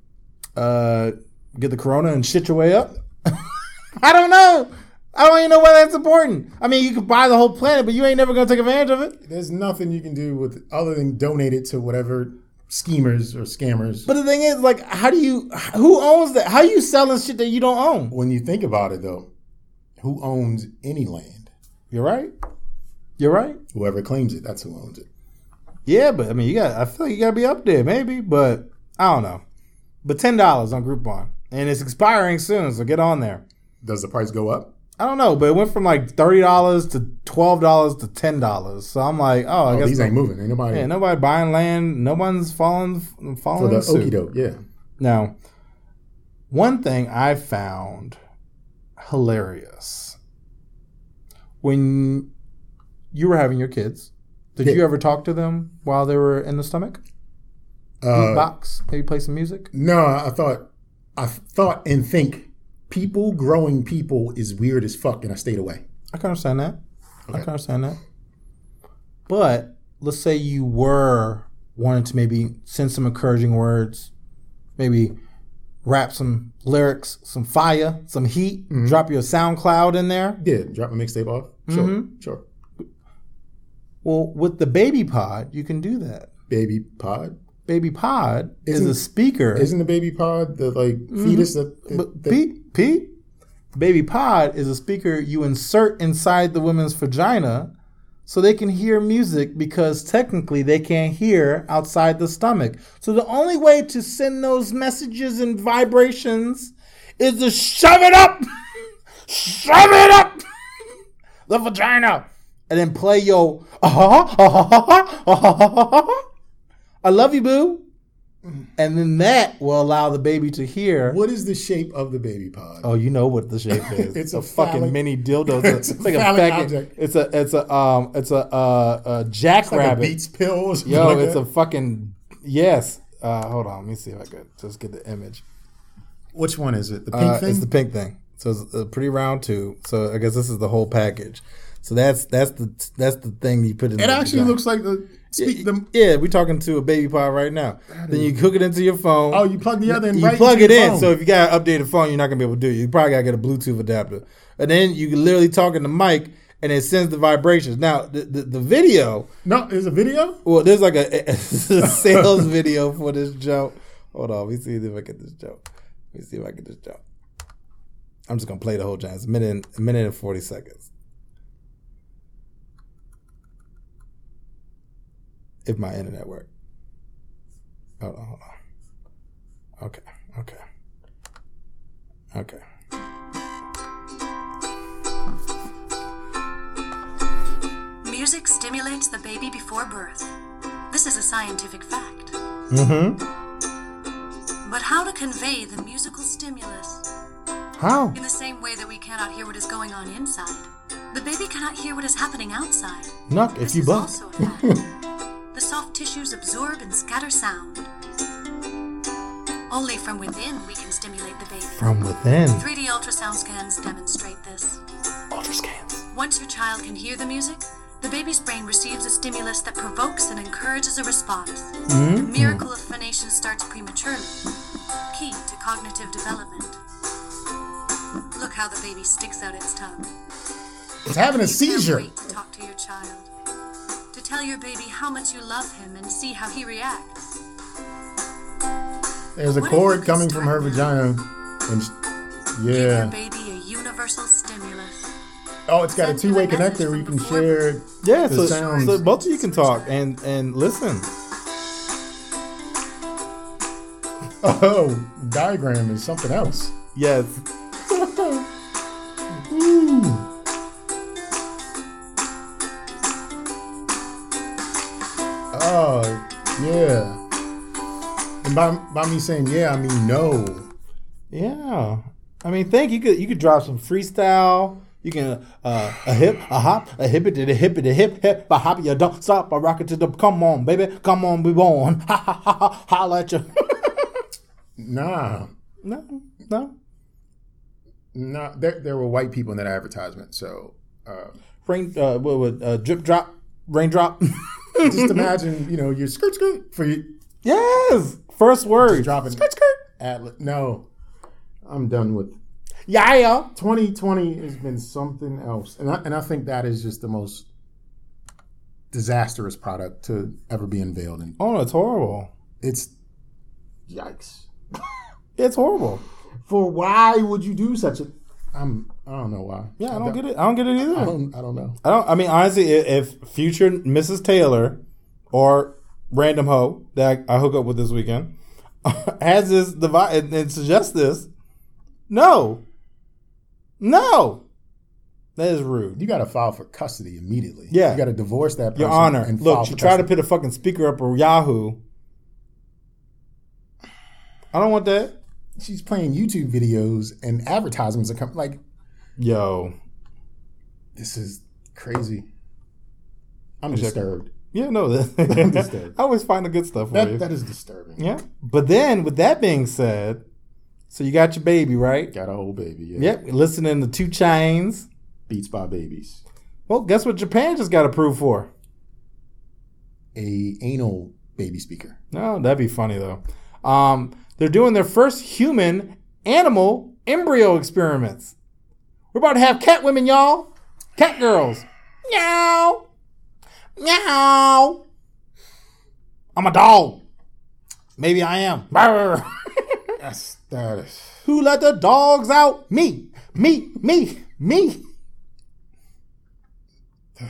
Speaker 2: Uh, get the corona and shit your way up. I don't know. I don't even know why that's important. I mean, you could buy the whole planet, but you ain't never gonna take advantage of it.
Speaker 3: There's nothing you can do with other than donate it to whatever schemers or scammers.
Speaker 2: But the thing is, like, how do you? Who owns that? How you selling shit that you don't own?
Speaker 3: when you think about it though, who owns any land?
Speaker 2: You're right. You're right.
Speaker 3: Whoever claims it, that's who owns it.
Speaker 2: Yeah, but I mean, you got. I feel like you gotta be up there, maybe. But I don't know. But ten dollars on Groupon, and it's expiring soon, so get on there.
Speaker 3: Does the price go up?
Speaker 2: I don't know, but it went from like thirty dollars to twelve dollars to ten dollars. So I'm like, oh, I
Speaker 3: Oh,
Speaker 2: guess
Speaker 3: these ain't moving. Ain't nobody
Speaker 2: yeah, nobody buying land. No one's falling
Speaker 3: for
Speaker 2: falling
Speaker 3: the
Speaker 2: suit.
Speaker 3: okie doke. Yeah.
Speaker 2: Now, one thing I found hilarious when you were having your kids, did
Speaker 3: Yeah.
Speaker 2: you ever talk to them while they were in the stomach?
Speaker 3: Uh,
Speaker 2: Box, maybe play some music.
Speaker 3: no, I thought, I thought and think, people growing people is weird as fuck, and I stayed away.
Speaker 2: I can understand that. I can understand that. But let's say you were wanting to maybe send some encouraging words, maybe rap some lyrics, some fire, some heat,
Speaker 3: Mm-hmm.
Speaker 2: drop your SoundCloud in there.
Speaker 3: Yeah, drop my mixtape off. Sure, sure.
Speaker 2: Well, with the Baby Pod, you can do that.
Speaker 3: Baby pod.
Speaker 2: Baby Pod is a
Speaker 3: Isn't-
Speaker 2: speaker.
Speaker 3: Isn't the baby pod the like fetus that, that,
Speaker 2: But
Speaker 3: that-
Speaker 2: Pete, Pete, Baby Pod is a speaker you insert inside the woman's vagina so they can hear music because technically they can't hear outside the stomach. So the only way to send those messages and vibrations is to shove it up, shove it up the vagina, and then play your. I love you, boo. And then that will allow the baby to hear.
Speaker 3: What is the shape of the baby pod?
Speaker 2: Oh, you know what the shape is.
Speaker 3: It's
Speaker 2: it's
Speaker 3: a
Speaker 2: a, fucking
Speaker 3: phallic-
Speaker 2: mini dildo. It's, a,
Speaker 3: It's a
Speaker 2: it's like a
Speaker 3: phallic
Speaker 2: faggot-
Speaker 3: object.
Speaker 2: It's a it's a um it's a uh, uh
Speaker 3: like
Speaker 2: jackrabbit.
Speaker 3: a Beats pill. Or something
Speaker 2: Yo,
Speaker 3: like
Speaker 2: it's
Speaker 3: that?
Speaker 2: a fucking yes. Uh, hold on, let me see if I could just get the image.
Speaker 3: Which one is it? The pink
Speaker 2: Uh,
Speaker 3: thing.
Speaker 2: it's the pink thing. So it's a pretty round tube. So I guess this is the whole package. So that's that's the that's the thing you put in.
Speaker 3: it actually looks like the. Speak the.
Speaker 2: Yeah, we're talking to a baby pod right now. Then you hook it into your phone.
Speaker 3: Oh, you plug the other end.
Speaker 2: you
Speaker 3: right
Speaker 2: plug it
Speaker 3: into your
Speaker 2: in.
Speaker 3: phone.
Speaker 2: So if you got an updated phone, you're not gonna be able to do it. You probably gotta get a Bluetooth adapter, and then you can literally talk in the mic, and it sends the vibrations. Now the the, the video,
Speaker 3: no, is a video.
Speaker 2: well, there's like a, a sales video for this joke. Hold on, let me see if I get this joke. Let me see if I get this joke. I'm just gonna play the whole jam. It's a minute, and- a minute and forty seconds. If my internet worked. Hold on, hold on. Okay, okay, okay.
Speaker 4: Music stimulates the baby before birth. This is a scientific fact. Mm-hmm.
Speaker 2: Mm-hmm.
Speaker 4: But how to convey the musical stimulus
Speaker 2: How?
Speaker 4: in the same way that we cannot hear what is going on inside? The baby cannot hear what is happening outside.
Speaker 2: Knock if
Speaker 4: This
Speaker 2: you
Speaker 4: is
Speaker 2: buck.
Speaker 4: also a fact. the soft tissues absorb and scatter sound. Only from within we can stimulate the baby.
Speaker 2: From within.
Speaker 4: 3D ultrasound scans demonstrate this.
Speaker 2: Ultra scans.
Speaker 4: Once your child can hear the music, the baby's brain receives a stimulus that provokes and encourages a response.
Speaker 3: Mm-hmm.
Speaker 4: The miracle of phonation starts prematurely, key to cognitive development. Look how the baby sticks out its tongue.
Speaker 3: It's having a
Speaker 4: You can't
Speaker 3: seizure.
Speaker 4: wait to talk to your child, to tell your baby how much you love him and see how he reacts.
Speaker 3: There's a
Speaker 4: What if
Speaker 3: cord
Speaker 4: we
Speaker 3: coming from her
Speaker 4: start-
Speaker 3: vagina, and sh
Speaker 4: Give your
Speaker 3: yeah.
Speaker 4: baby a universal stimulus.
Speaker 3: Oh, it's got a
Speaker 4: send you
Speaker 3: two-way
Speaker 4: a message
Speaker 3: connector where you
Speaker 4: from
Speaker 3: can
Speaker 4: before-
Speaker 3: share.
Speaker 2: Yeah,
Speaker 3: The
Speaker 2: so,
Speaker 3: sounds.
Speaker 2: so both of you can talk and and listen.
Speaker 3: Oh, diagram is something else.
Speaker 2: Yes.
Speaker 3: Oh, yeah. And by, by me saying yeah, I mean no.
Speaker 2: Yeah. I mean, think you could you could drop some freestyle. You can uh, a hip, a hop, a hippity, a hippity, hip, hip, a hop, you don't stop, a rocket to the come on, baby, come on, be born. Ha ha ha ha, holla at you.
Speaker 3: Nah,
Speaker 2: no, no.
Speaker 3: nah. There, there were white people in that advertisement, so uh,
Speaker 2: Rain, uh, what, what, uh, drip drop, raindrop.
Speaker 3: just imagine, you know, your skirt skirt for your
Speaker 2: yes. First word.
Speaker 3: dropping
Speaker 2: Skirt, skirt.
Speaker 3: atlet. No, I'm done with.
Speaker 2: Yeah, yeah.
Speaker 3: 2020 has been something else, and I, and I think that is just the most disastrous product to ever be unveiled, and
Speaker 2: Oh, it's horrible.
Speaker 3: it's yikes.
Speaker 2: It's horrible.
Speaker 3: For why would you do such a? I'm. I don't know why.
Speaker 2: Yeah, I don't get it. I don't get it either.
Speaker 3: I don't. I don't know.
Speaker 2: I don't. I mean, honestly, i- if future Mrs. Taylor or random hoe that I hook up with this weekend has this device and, and suggests this, no, no, that is rude.
Speaker 3: You got to file for custody immediately.
Speaker 2: Yeah.
Speaker 3: you got to divorce that. Person
Speaker 2: Your Honor,
Speaker 3: and file
Speaker 2: look, she
Speaker 3: for
Speaker 2: tried to
Speaker 3: custody.
Speaker 2: put a fucking speaker up or Yahoo. I don't want that.
Speaker 3: She's playing YouTube videos and advertisements that come. Like
Speaker 2: Yo,
Speaker 3: this is crazy. I'm disturbed.
Speaker 2: yeah, no,
Speaker 3: disturbed.
Speaker 2: that, I always find the good stuff for you.
Speaker 3: That that is disturbing.
Speaker 2: yeah, but then with that being said, so you got your baby right.
Speaker 3: Got a whole baby. Yeah.
Speaker 2: Yep, listening to Two Chains.
Speaker 3: Beats by babies.
Speaker 2: Well, guess what Japan just got approved for?
Speaker 3: a anal baby speaker.
Speaker 2: No, that'd be funny though. Um, they're doing their first human animal embryo experiments. We're about to have cat women, y'all. Cat girls. Meow. Meow. I'm a dog. Maybe I am. Brr.
Speaker 3: That's that is
Speaker 2: Who let the dogs out? Me. Me. Me. Me.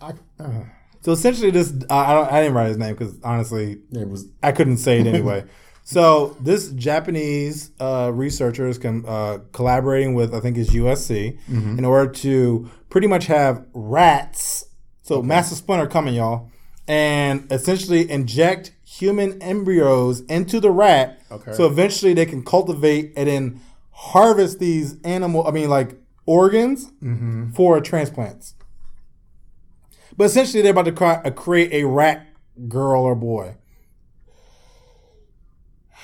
Speaker 3: I uh,
Speaker 2: So essentially, this I I, don't, I didn't write his name because honestly,
Speaker 3: there was
Speaker 2: I couldn't say it anyway. so this Japanese uh, researcher is com- uh, collaborating with, I think, is USC in order to pretty much have rats. So massive splinter coming, y'all, and essentially inject human embryos into the rat.
Speaker 3: Okay.
Speaker 2: So eventually they can cultivate and then harvest these animal. I mean, like organs for transplants. But essentially, they're about to cri- uh, create a rat girl or boy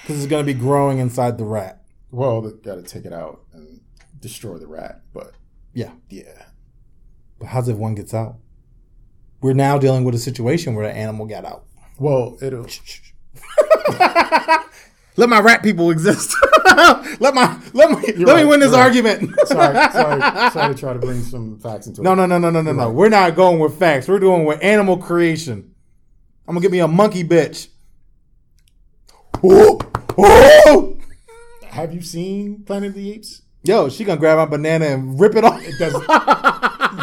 Speaker 2: because it's going to be growing inside the rat.
Speaker 3: well, they got to take it out and destroy the rat, but
Speaker 2: Yeah,
Speaker 3: yeah.
Speaker 2: but how's if one gets out? We're now dealing with a situation where the animal got out.
Speaker 3: Well, it'll
Speaker 2: Let my rat people exist. let my let me let
Speaker 3: right,
Speaker 2: me win this
Speaker 3: you're right.
Speaker 2: argument.
Speaker 3: sorry, sorry, sorry to try to bring some facts into
Speaker 2: No,
Speaker 3: it.
Speaker 2: no, no, no, no, no, no. We're not going with facts. We're doing with animal creation. I'm gonna get me a monkey bitch. Ooh, ooh.
Speaker 3: Have you seen Planet of the Apes?
Speaker 2: Yo, she gonna grab my banana and rip it off.
Speaker 3: Does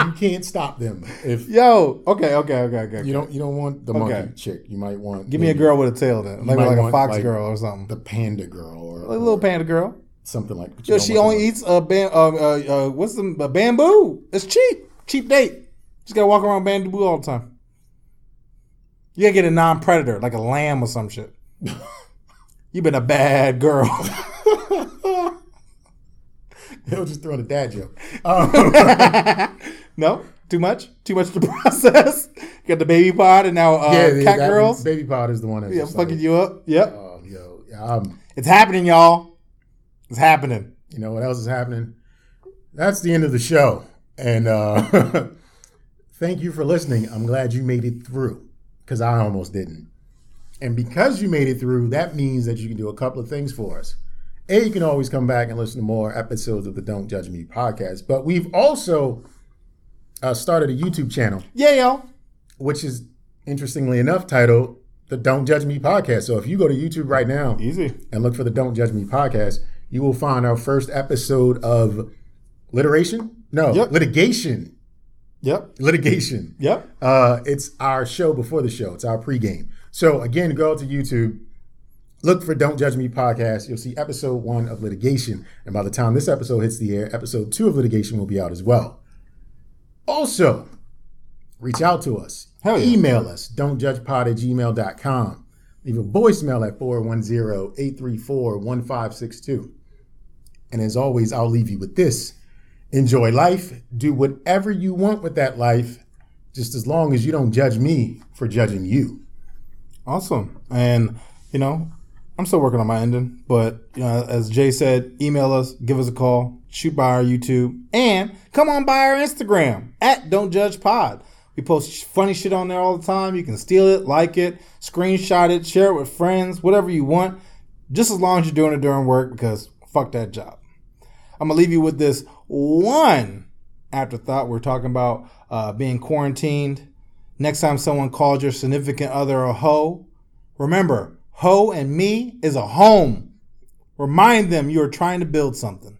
Speaker 3: you can't stop them if
Speaker 2: Yo, okay, okay, okay, okay.
Speaker 3: you don't you don't want the
Speaker 2: Okay.
Speaker 3: monkey chick. You might want
Speaker 2: Give me a
Speaker 3: maybe
Speaker 2: girl with a tail then, maybe
Speaker 3: might
Speaker 2: like a
Speaker 3: want,
Speaker 2: fox
Speaker 3: like,
Speaker 2: girl or something.
Speaker 3: the panda girl or,
Speaker 2: a little
Speaker 3: or
Speaker 2: panda girl.
Speaker 3: something like. but you
Speaker 2: Yo,
Speaker 3: don't
Speaker 2: she
Speaker 3: want
Speaker 2: only
Speaker 3: the-
Speaker 2: eats a bam, uh, uh, uh, what's the uh, bamboo? It's cheap, cheap date. Just gotta walk around bamboo all the time. You gotta get a non-predator, like a lamb or some shit. you been a bad girl.
Speaker 3: They'll just throw in a dad joke. Um,
Speaker 2: no, too much, too much to process. You got the baby pod and now uh,
Speaker 3: yeah,
Speaker 2: cat
Speaker 3: that-
Speaker 2: girls.
Speaker 3: Baby Pod is the one that's
Speaker 2: yeah,
Speaker 3: just
Speaker 2: fucking
Speaker 3: like,
Speaker 2: you up. Yep,
Speaker 3: Oh, yo, um,
Speaker 2: it's happening, y'all. It's happening.
Speaker 3: you know what else is happening? That's the end of the show, and uh, thank you for listening. I'm glad you made it through because I almost didn't. And because you made it through, that means that you can do a couple of things for us. A, you can always come back and listen to more episodes of the Don't Judge Me podcast. But we've also uh, started a YouTube channel.
Speaker 2: Yeah, y'all.
Speaker 3: which is interestingly enough titled the Don't Judge Me podcast. So if you go to YouTube right now
Speaker 2: Easy.
Speaker 3: and look for the Don't Judge Me podcast, you will find our first episode of literation. No,
Speaker 2: Yep.
Speaker 3: litigation.
Speaker 2: Yep.
Speaker 3: Litigation.
Speaker 2: Yep.
Speaker 3: Uh, it's our show before the show. It's our pregame. So again, go to YouTube, look for "Don't Judge Me" podcast. You'll see episode one of litigation, and by the time this episode hits the air, episode two of litigation will be out as well. Also, reach out to us.
Speaker 2: Hell yeah.
Speaker 3: Email us, don'tjudgepod at gmail.com. Leave a voicemail at 410-834-1562. And as always, I'll leave you with this. Enjoy life. Do whatever you want with that life just as long as you don't judge me for judging you.
Speaker 2: Awesome. And, you know, I'm still working on my ending, but, you know, as Jay said, email us, give us a call, shoot by our YouTube, and come on by our Instagram at Don't Judge Pod. We post sh- funny shit on there all the time. You can steal it, like it, screenshot it, share it with friends, whatever you want, just as long as you're doing it during work because fuck that job. I'm gonna leave you with this one afterthought. We're talking about uh, being quarantined. Next time someone calls your significant other a hoe, remember, hoe and me is a home. Remind them you are trying to build something.